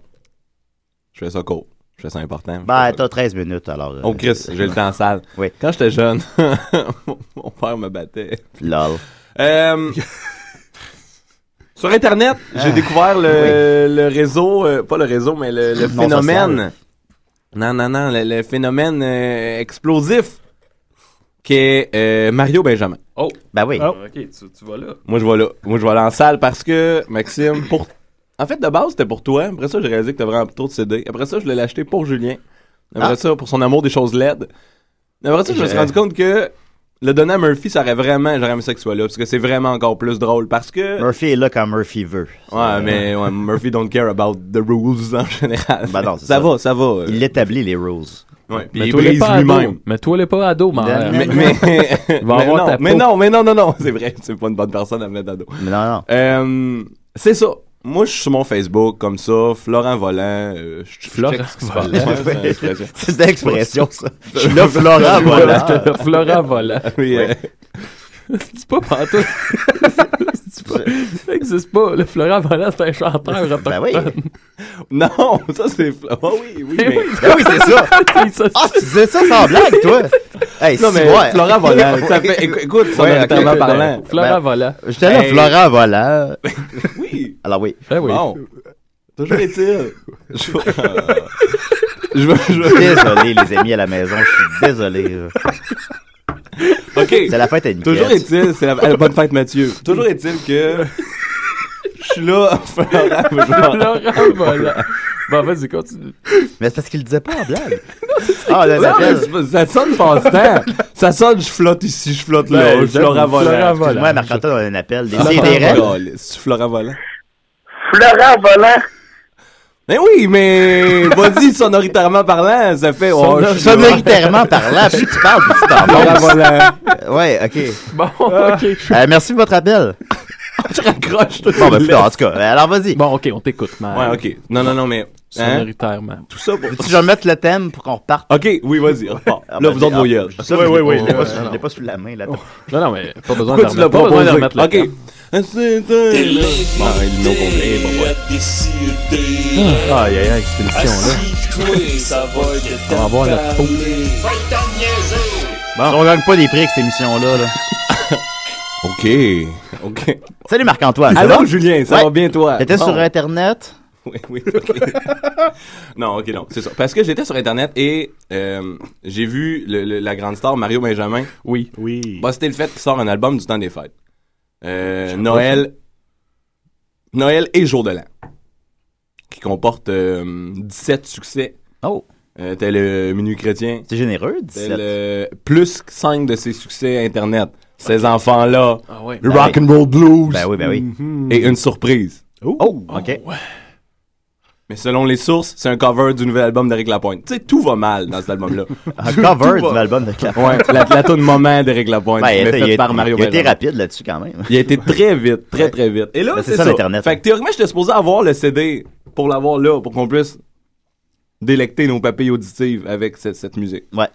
Je fais ça court. Je fais ça important.
Ben, t'as 13 minutes alors. euh,
Oh Chris, j'ai le temps sale. Quand j'étais jeune, mon- mon père me battait.
Lol.
Euh, sur Internet,
Ah.
j'ai découvert le, le réseau, euh, pas le réseau, mais le, le
Non
phénomène.
social.
Non, non, non, le, le phénomène euh, explosif qui est euh, Mario Benjamin.
Oh!
Ben
Ah.
oui.
Ok, tu, tu vas là.
Moi, je vais là. Moi, je vais aller en salle parce que, Maxime, pour. En fait, de base, c'était pour toi. Après ça, j'ai réalisé que t'avais vraiment trop de CD. Après ça, je l'ai acheté pour Julien. Après
Ah.
ça, pour son amour des choses laides. Après ça, je me suis
Je-
rendu compte que le donner à Murphy, ça aurait vraiment. J'aurais aimé ça qu'il soit là parce que c'est vraiment encore plus drôle parce que.
Murphy est là quand Murphy veut.
Ouais, mais ouais, Murphy don't care about the rules en général.
Ben non, c'est
ça, va, ça va. euh.
Il établit les rules.
Ouais, puis
Mais
il
toi, les
brise
pas
lui-même.
ado. Mais toi, les pas ado, ma mère.
Mais, mais, mais
Va avoir
non,
ta
mais
peau.
non, mais non, non, non, c'est vrai, c'est pas une bonne personne à mettre à dos.
non, non.
Euh, c'est ça. Moi, je suis sur mon Facebook, comme ça, Florent Volant. euh, je- je
Florent
check ce qui se
Volant.
passe. Ouais,
Ouais.
C'est une expression, ça. Je suis là, Florent Volant.
Florent Volant.
Oui, euh,
C'est pas pantoute. C'est pas- Ça n'existe pas. Le Florent Volant, c'est un chanteur
Ben
autochtone.
Ben oui.
Non, ça, c'est. Flo- Ah oui, oui,
Eh
mais.
oui,
Ben oui, c'est ça.
ça,
Ah, tu disais ça sans blague, toi. Hey,
Non,
si,
mais
ouais.
Florent Volant.
Ouais.
ça fait- éc- Écoute,
Ouais, ok,
sonoritement
ben,
parlant.
Florent Volant.
J'étais là,
Hey.
Florent Volant.
Oui.
Alors oui.
Eh oui.
Bon. Toujours est-il. Je Je
Désolé, les amis à la maison, je suis désolé.
OK.
C'est la fête à Niquette.
Toujours est-il, c'est la eh, bonne fête Mathieu. Toujours est-il que je suis là, Florent.
Florent Volant. Bon, vas-y, continue.
Mais c'est parce qu'il le disait pas en blague. Ah, là,
Non,
ça
mais c'est- ça sonne passe-temps. Ça sonne, je flotte ici, je flotte là.
Ouais,
je suis Florent Volant.
Excuse-moi, Marc-Antoine, on a un appel. Des
Florent
CDR.
Volant. C'est Florent Volant.
Florent Volant.
Mais Ben oui, mais vas-y, sonoritairement parlant, ça fait. oh, je suis là.
Sonoritairement parlant, puis tu parles, puis tu t'en
Florent
vas.
Volant.
Ouais, OK.
Bon, ok.
Euh, merci de votre appel.
Je raccroche tout
Bon, ben, plus tard, en tout cas. Euh, Alors, vas-y.
Bon, ok, on t'écoute, man.
Ouais, ok. Non, non, non, mais. Hein?
Sonoritairement.
Tout ça pour.
Veux-tu que je remette le thème pour qu'on reparte?
Ok, oui, vas-y. repars.
Ah,
Là,
ben,
vous autres,
ah,
vos gueules.
ça, je
Ouais, ouais,
l'ai pas-
ouais.
je l'ai pas- Je
Ouais.
l'ai pas sous la main, là.
Non, non, mais pas besoin
Pourquoi
de
tu l'as
remettre- pas besoin de
proposé?
remettre le
Ok. Ah,
thème.
C'est
T'es
un- Bon, il nous convient,
l'invité
bon, ouais.
à décider.
Aïe, aïe, aïe, cette émission-là.
Assis-toi, ça va de
On va
t'en
voir
parler.
Euh,
notre peau.
Va t'en niaiser!
Si on gagne pas des prix avec cette émission-là. là.
Ok, ok.
Salut Marc-Antoine. Ah, ça
Allô,
va?
Julien, ça
Ouais.
va bien, toi?
T'étais
Bon.
sur Internet?
Oui, oui, ok. non, ok, non, c'est ça. Parce que j'étais sur Internet et euh, j'ai vu le- le- la grande star Mario Benjamin.
Oui.
Oui.
Bah, c'était le fait qu'il sort un album du temps des fêtes. Euh, Noël. Noël et Jour de l'An. Qui comporte euh, 17 succès.
Oh.
Euh, tel le Minuit Chrétien.
C'est généreux,
Tel
17.
euh, plus 5 de ses succès Internet. Ces enfants-là.
Ah ouais.
Le
Ben
rock
oui.
and roll blues.
Ben oui, ben oui.
Mhm. Et une surprise.
Oh,
ok. Mais selon les sources, c'est un cover du nouvel album d'Éric Lapointe. Tu sais, tout va mal dans cet album-là.
Un cover du album d'Éric Lapointe.
Ouais, la, la tune moment d'Éric Lapointe,
Ben, il
mais
était- il
faite
était-
par Mario
Il a été
Bellan.
rapide là-dessus quand même.
Il a été très vite, très très vite. Et là,
Ben, c'est
c'est
ça,
ça.
l'Internet.
Fait que théoriquement, j'étais supposé avoir le CD pour l'avoir là, pour qu'on puisse délecter nos papilles auditives avec cette, cette musique.
Ouais.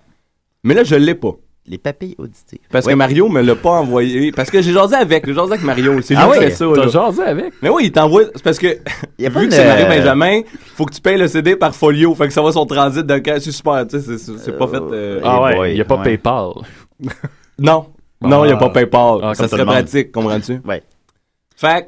Mais là, je l'ai pas.
Les papilles auditives.
Parce
Oui.
que Mario me l'a pas envoyé. Parce que j'ai jasé avec. J'ai jasé avec Mario. C'est
Ah
lui qui
oui,
fait ça.
t'as
là.
jasé avec?
Mais oui, il t'envoie. C'est parce que.
a pas euh,
vu
de-
que c'est
euh,
Mario Benjamin, faut que tu payes le CD par folio. Fait que ça va son transit de cash. C'est super. Tu sais, c'est- c'est c'est pas fait. euh,
Ah ouais, il n'y a pas PayPal.
Non.
Bon,
non, il n'y a
ah.
pas PayPal.
Ah,
ça
comme tout
serait
le monde.
pratique, comprends-tu?
Ouais.
Fait que-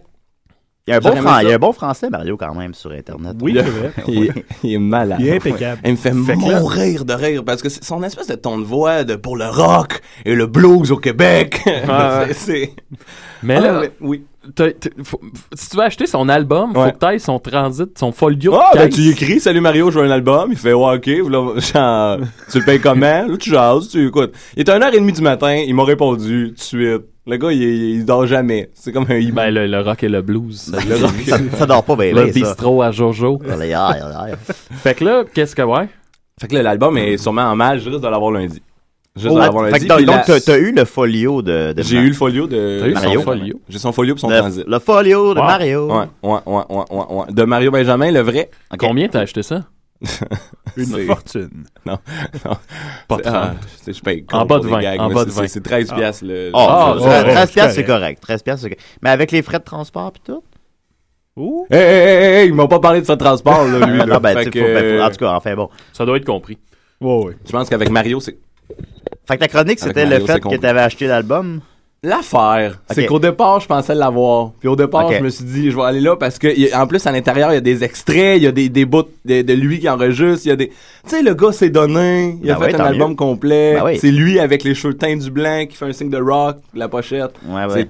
Il y, a un bon
J'aurais
Fran-
aimé ça.
il y a un bon français, Mario, quand même, sur Internet.
Oui, c'est vrai.
Ah
Oui.
Il- il est malade.
Il est impeccable.
Il me fait,
Fait que là-
mourir de rire parce que c'est son espèce de ton de voix de pour le rock et le blues au Québec.
Ah, ouais.
C'est- c'est-
Mais
Ah,
là,
mais- oui.
t'as- t'as- faut- si tu veux acheter son album,
Ouais.
faut que t'ailles son transit, son folio. de
Ah, ben
caisse.
tu y écris, salut Mario, je veux un album. Il fait, ouais, ok, voilà, genre, tu le payes comment? Là, tu jases, tu écoutes. Il était 1h30 du matin, il m'a répondu tout de suite. Le gars, il, il, il dort jamais. C'est comme un
Ben, le, le rock et le blues.
Le rock- Ça- ben, ça
dort pas bien, bien,
Le
ça.
bistrot à Jojo. fait que là, qu'est-ce que ouais?
Fait que là, l'album est sûrement en mal, je risque de l'avoir lundi. Je risque de
Ouais.
l'avoir
Oh, Fait
lundi.
que donc,
puis la-
donc, t'as- t'as eu le folio de, de
J'ai eu le folio de
T'as eu son
Euh, Mario.
folio.
J'ai son folio pour son
Le-
transit.
le folio de Wow. Mario.
Ouais, ouais, ouais, ouais, ouais, ouais. De Mario Benjamin, le vrai.
Combien t'as acheté ça?
Une
fortune.
Non, non.
Pas
C'est-
trente.
ah, je sais, je paye
En
con
bas
pour
de
les
20,
gags,
en
mais
bas
c'est-
de 20.
c'est- C'est 13 piastres le.
Ah,
le-
c'est- 13 piastres, c'est correct. 13 piastres, c'est correct. Mais avec les frais de transport pis tout.
Ouh.
Hey, hey, hey, hey, hey, ils m'ont pas parlé de ce transport, là, lui.
Non,
là.
ben,
Fait
tu sais,
que,
faut- ben, faut- en
euh,
tout cas, enfin bon.
Ça doit être compris.
Ouais, ouais.
Je pense qu'avec Mario, c'est.
Fait que la chronique,
Avec
c'était le
Mario,
fait
c'est
que
compris.
t'avais acheté l'album.
L'affaire,
Ok.
c'est qu'au départ, je pensais l'avoir. Puis au départ,
Ok.
je me suis dit, je vais aller là parce que, y- en plus, à l'intérieur, il y a des extraits, il y a des, des bouts de, de lui qui enregistre, il y a des. Tu sais, le gars s'est donné, il a
Ben
fait
ouais, tant
un album
mieux.
complet.
Ben ouais.
C'est lui avec les cheveux teints du blanc qui fait un signe de rock, la pochette.
Ah Ouais, ouais.
C'est-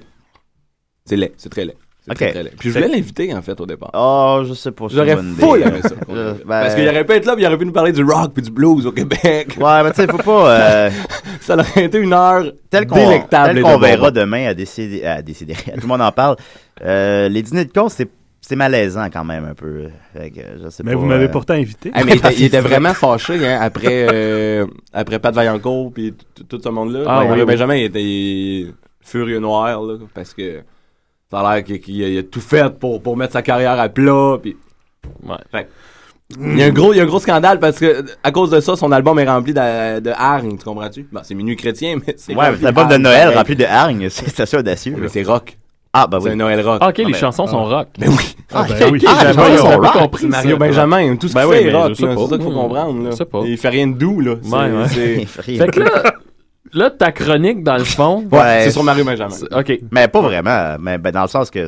C'est laid, c'est très laid. C'est
Ok.
très, très laid. Puis je
Fait-
voulais l'inviter, en fait, au départ.
Oh, je sais pas. c'est
J'aurais
une bonne
fou
idée.
aimé ça.
Euh, ben,
Parce qu'il aurait pu être là, puis il aurait pu nous parler du rock puis du blues au Québec.
Ouais, mais tu sais, faut pas. euh,
Ça aurait été une heure
tel qu'on
délectable.
tel
et
qu'on
de bonbons.
verra demain à décider, à décider. Tout le monde en parle. Euh, les dîners de con, c'est c'est malaisant quand même un peu. Fait que, je sais
Mais
pas,
vous m'avez
euh,
pourtant invité.
Ah, mais il était, il était vraiment fâché hein, après, euh, après Pat Vaillancourt puis tout- tout ce monde-là.
Ah,
Ouais,
oui,
Mario
oui.
Benjamin il était il- furieux noir là, parce que ça a l'air qu'il qu'il a, il a tout fait pour, pour mettre sa carrière à plat. Puis... Fait que- Il y, a un gros, il y a un gros scandale parce que à cause de ça, son album est rempli de, de hargne, tu comprends-tu? Bon, c'est Minuit Chrétien, mais c'est.
Ouais, mais
rempli
c'est l'album de
hargne,
Noël
pareil.
rempli de hargne, c'est c'est assez audacieux.
Mais c'est rock.
Ah, bah oui.
C'est un Noël rock.
Ah, ok,
Ah,
les
ben-
chansons sont rock.
Mais oui.
Ah,
ben
ben
oui.
oui.
Ah,
J'avais
les chansons
pas
sont rock.
compris
C'est
ça.
Mario Benjamin. Tout ce
Ben
qui
oui,
fait est
mais
rock,
je sais
là.
pas.
C'est ça qu'il faut
Mmh.
comprendre, là.
Je sais pas.
Il fait rien de doux, là. C'est-
Ouais, ouais.
c'est-
Fait que là, là, ta chronique, dans le fond.
Ouais, c'est sur Mario Benjamin.
c'est- OK.
Mais pas vraiment. Mais ben, dans le sens que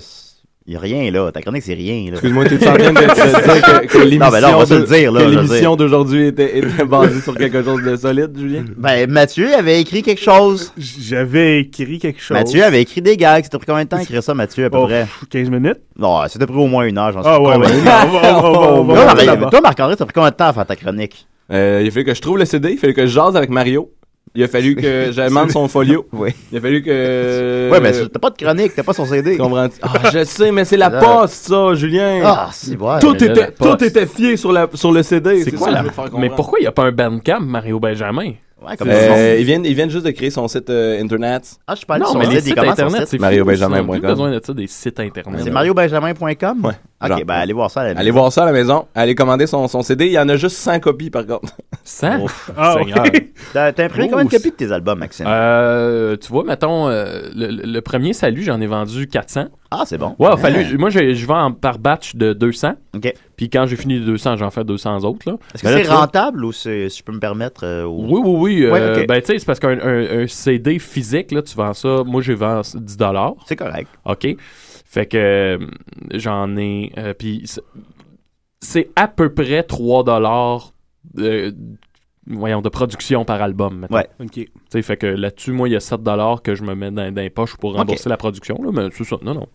il n'y a rien là. Ta chronique, c'est rien. là.
Excuse-moi, t'es en train de te dire que, que
Non, mais là, on va se
l'émission
le dire.
de-
Là,
que
je veux
l'émission
dire.
d'aujourd'hui était, était basée sur quelque chose de solide, Julien?
Ben, Mathieu avait écrit quelque chose.
J'avais écrit quelque chose.
Mathieu avait écrit des gags. C'était pris combien de temps à écrire ça, Mathieu, à peu
Oh,
près?
15 minutes.
Non, c'était pris au moins une heure, j'en suis
Ah ouais, ouais.
convaincu.
On va- on va- on va-
Toi,
on va-
Marie-
là-bas.
Toi, Marc-André, t'as pris combien de temps à faire ta chronique?
Euh, il a fallu que je trouve le CD, il a fallu que je jase avec Mario. Il a fallu que j'amende son folio.
Oui.
Il a fallu
Euh,
que...
Ouais, mais t'as pas de chronique, t'as pas son CD.
Comprends-tu? Ah, je sais, mais c'est la poste, ça, Julien.
Ah, c'est vrai.
Tout,
Mais là, la
était,
poste.
tout était fié sur, la, sur le CD.
C'est
ça
quoi
que
la-
je veux te faire
Mais
comprendre.
pourquoi il n'y a pas un bandcamp, Mario Benjamin?
Ouais,
Euh, ils, viennent, ils viennent juste de créer son site euh, internet.
Ah, je suis pas allé
non,
sur
mais
le
les
site, il
sites
commence son
internet,
site.
c'est
Mario
fou, ça.
Benjamin
On a
point
plus
com.
besoin de ça, des sites internet.
C'est mariobenjamin.com? Ouais.
genre.
Ok, ben allez voir ça à la
Allez voir ça à la maison. Allez commander son, son CD. Il y en a juste 100 copies, par contre.
100?
Ah,
Seigneur.
ok.
T'as t'as imprimé
Oh,
combien de copies de tes albums, Maxime?
Euh, tu vois, mettons, euh, le, le- le premier salut, j'en ai vendu 400.
Ah, c'est bon.
Ouais,
Ah.
fallu, moi, je, je vends en- par batch de 200.
OK.
Puis quand j'ai fini les 200, j'en fais 200 autres. là.
Est-ce que
Mais là,
c'est
tu vois-
rentable ou c'est, si je peux me permettre? euh, au-
Oui, oui, oui. euh,
Ouais, ok.
Ben, tu sais, c'est parce qu'un un- un CD physique, là, tu vends ça. Moi, j'ai vendu 10
C'est correct.
OK. Fait que euh, j'en ai. euh, Puis c'est- c'est à peu près 3 dollars voyons, de production par album. mettons.
Ouais.
OK.
Tu sais, fait que là-dessus, moi, il y a 7 que je me mets dans, dans les poches pour rembourser la production, là, mais c'est ça. Non, non.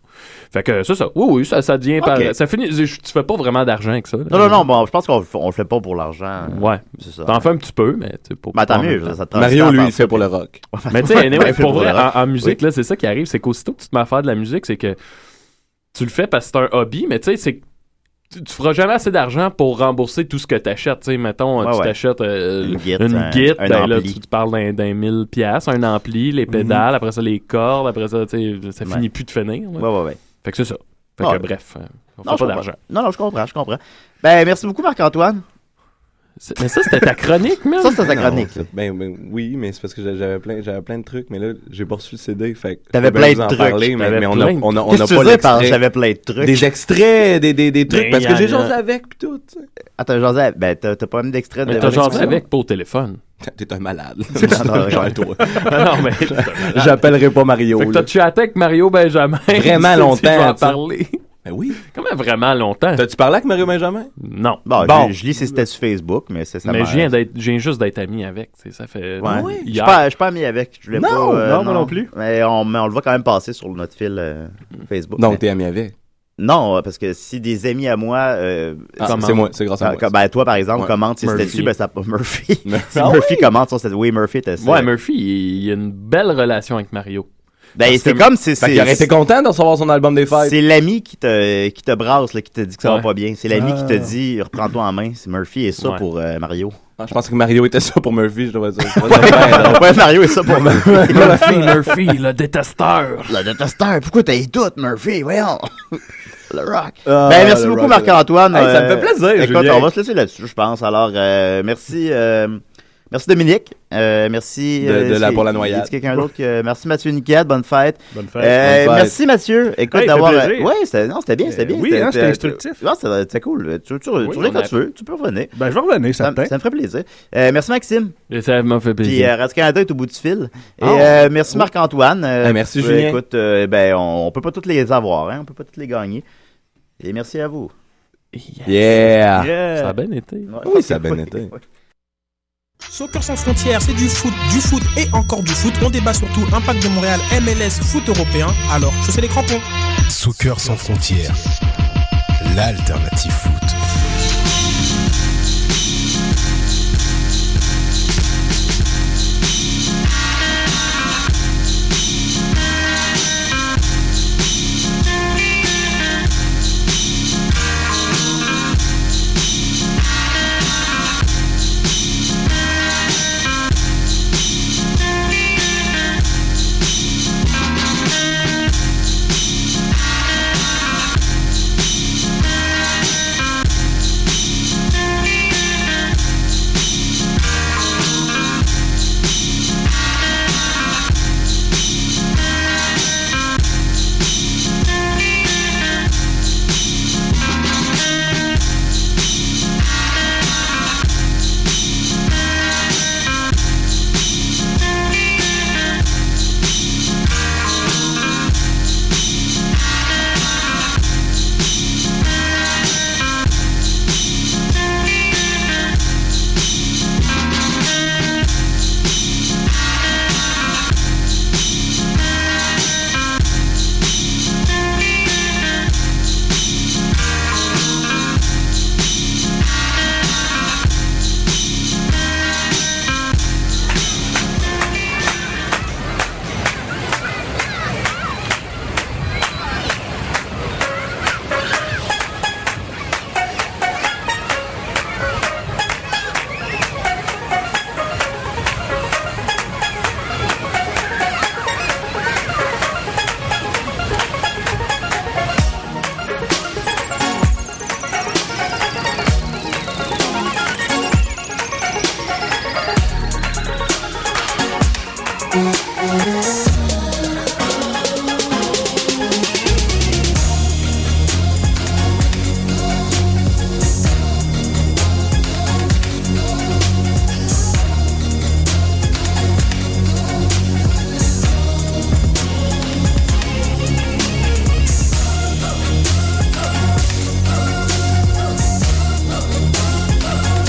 Fait que c'est ça. Oui, oui, ça, ça devient par-
Ok.
Ça finit. je- Tu fais pas vraiment d'argent avec ça. là.
Non, non, non, bon, je pense qu'on on le fait pas pour l'argent.
Ouais.
C'est ça.
T'en fais un petit peu, mais tu sais, pour.
Mais tant
en même
mieux,
temps.
ça- ça te transcende Mario, lui, en il le fait fait. pour le rock.
Mais tu sais, anyway,
Il fait
pour
pour
vrai,
le rock.
en, en musique, là, c'est ça qui arrive, c'est qu'aussitôt que tu te mets à faire de la musique, c'est que tu le fais parce que c'est un hobby, mais tu sais, c'est que tu, tu feras jamais assez d'argent pour rembourser tout ce que tu achètes. Tu sais, mettons,
Ouais,
tu
ouais.
t'achètes euh,
Une
une
guite,
guitare,
un- un
ben là,
ampli. Mhm.
tu, tu parles d'un, d'un 1000 piastres, un ampli, les pédales, après ça, les cordes, après ça, tu sais, ça
Ouais.
finit plus de finir. là.
Ouais, ouais, ouais.
hein. Fait que c'est ça. Fait que
Ouais.
bref, euh, on
Non, je
fait pas
comprends.
d'argent.
Non, non, je comprends, je comprends. Ben, merci beaucoup, Marc-Antoine.
Mais ça, c'était ta chronique, même.
Ça, c'était ta
Non,
chronique.
c'est- ben, ben, oui, mais c'est parce que j'a- j'avais plein, j'avais plein de trucs, mais là, j'ai pas reçu le CD. Fait que.
T'avais
je vais
plein
vous
de
en
trucs,
parler, mais,
t'avais
mais on
plein
a,
de-
on a, on
Qu'est-ce
a
que tu
pas
veux dire par
l'extrait.
j'avais plein de trucs?
Des extraits, des, des, des trucs,
Ben,
parce
y
que
en
j'ai
a.
jasé avec, pis tout. tu sais.
Ah, t'as jasé avec- Ben, t'as t'as pas même d'extrait de
Mais t'as jasé
l'extrait?
avec, pas au téléphone.
T'es un malade.
Non, non, non.
Gère-toi.
non, mais.
J'appellerai pas Mario.
Fait que
là.
t'as chatté avec Mario Benjamin.
Vraiment
Tu- Tu vas
longtemps,
en
tu sais.
parler.
Ben oui.
Comment vraiment longtemps?
T'as-tu parlé avec Mario Benjamin?
Non.
Bon,
Bon.
Je, je lis si c'était sur Facebook, mais c'est ça.
mais je viens, d'être- je viens juste d'être ami avec. tu sais, Ça fait.
Ouais.
Hier.
Je suis pas, je suis pas ami avec. Je voulais
Ah Non,
pas, euh,
non, moi non plus.
Mais on, mais on le voit quand même passer sur notre fil euh,
Mm.
Facebook.
Donc,
Mais-
t'es ami avec.
Non, euh, parce que si des amis à moi. euh,
Ah,
commentent-
c'est moi, c'est grâce à
Ah,
moi,
comme-
ça.
Ben, toi, par exemple,
Ouais.
commente si c'était
Murphy.
dessus, ben, ça pas Murphy. si
Ah
Murphy commente sur cette. Oui, Murphy était ça.
Ouais, Murphy, il il a une belle relation avec Mario.
Ben,
Parce
c'est
que-
comme si
Fait
c'est.
qu'il aurait été
content de recevoir son album des fêtes.
C'est l'ami qui te, qui te brasse, là, qui te dit que ça
Ouais.
va pas bien. C'est l'ami qui
Ah.
te dit reprends-toi en main. C'est Murphy et ça
Ouais.
pour euh, Mario.
Ah, je pense que Mario était ça pour Murphy, je dois dire. Ah
ouais, Mario est ça pour Murphy.
Murphy,
Murphy, le détesteur.
Le détesteur. Pourquoi t'as tout, Murphy? Voyons. le rock.
Ah,
ben, merci
le
beaucoup,
rock,
Marc-Antoine.
Hey, ça me
Euh,
fait plaisir,
Écoute,
Julien.
on va se laisser là-dessus, je pense. Alors, euh, merci. euh, Merci Dominique, Euh, merci
De- de
euh,
la- pour la
y a- y a-t-il
noyade.
quelqu'un d'autre que- merci Mathieu Niquette, bonne fête.
Bonne fête.
Euh,
Bonne fête.
Merci Mathieu, écoute
Hey, fait
d'avoir.
plaisir.
ouais, c'était non, c'était bien, c'était
Euh,
bien.
oui, hein, c'était instructif.
Non, c'était c'était cool. Tu, tu, tu reviens
on
quand
a-
tu veux, tu peux revenir.
Ben, je vais revenir,
ça, me- ça me ferait plaisir. Euh, merci Maxime.
Ça m'a fait
Puis euh,
plaisir.
Radio-Canada est au bout du fil. Et
Oh.
euh, merci Marc-Antoine. Euh,
Ah, merci,
euh,
Julien.
Écoute, euh, ben, on, on peut pas toutes les avoir, hein, on peut pas toutes les gagner. Et merci à vous.
Yeah.
euh,
Ça a bien été.
Oui, ça a bien été.
Soccer sans frontières, c'est du foot, du foot et encore du foot. On débat surtout impact de Montréal, MLS, foot européen. Alors, chaussez les crampons.
Soccer sans frontières, l'alternative foot.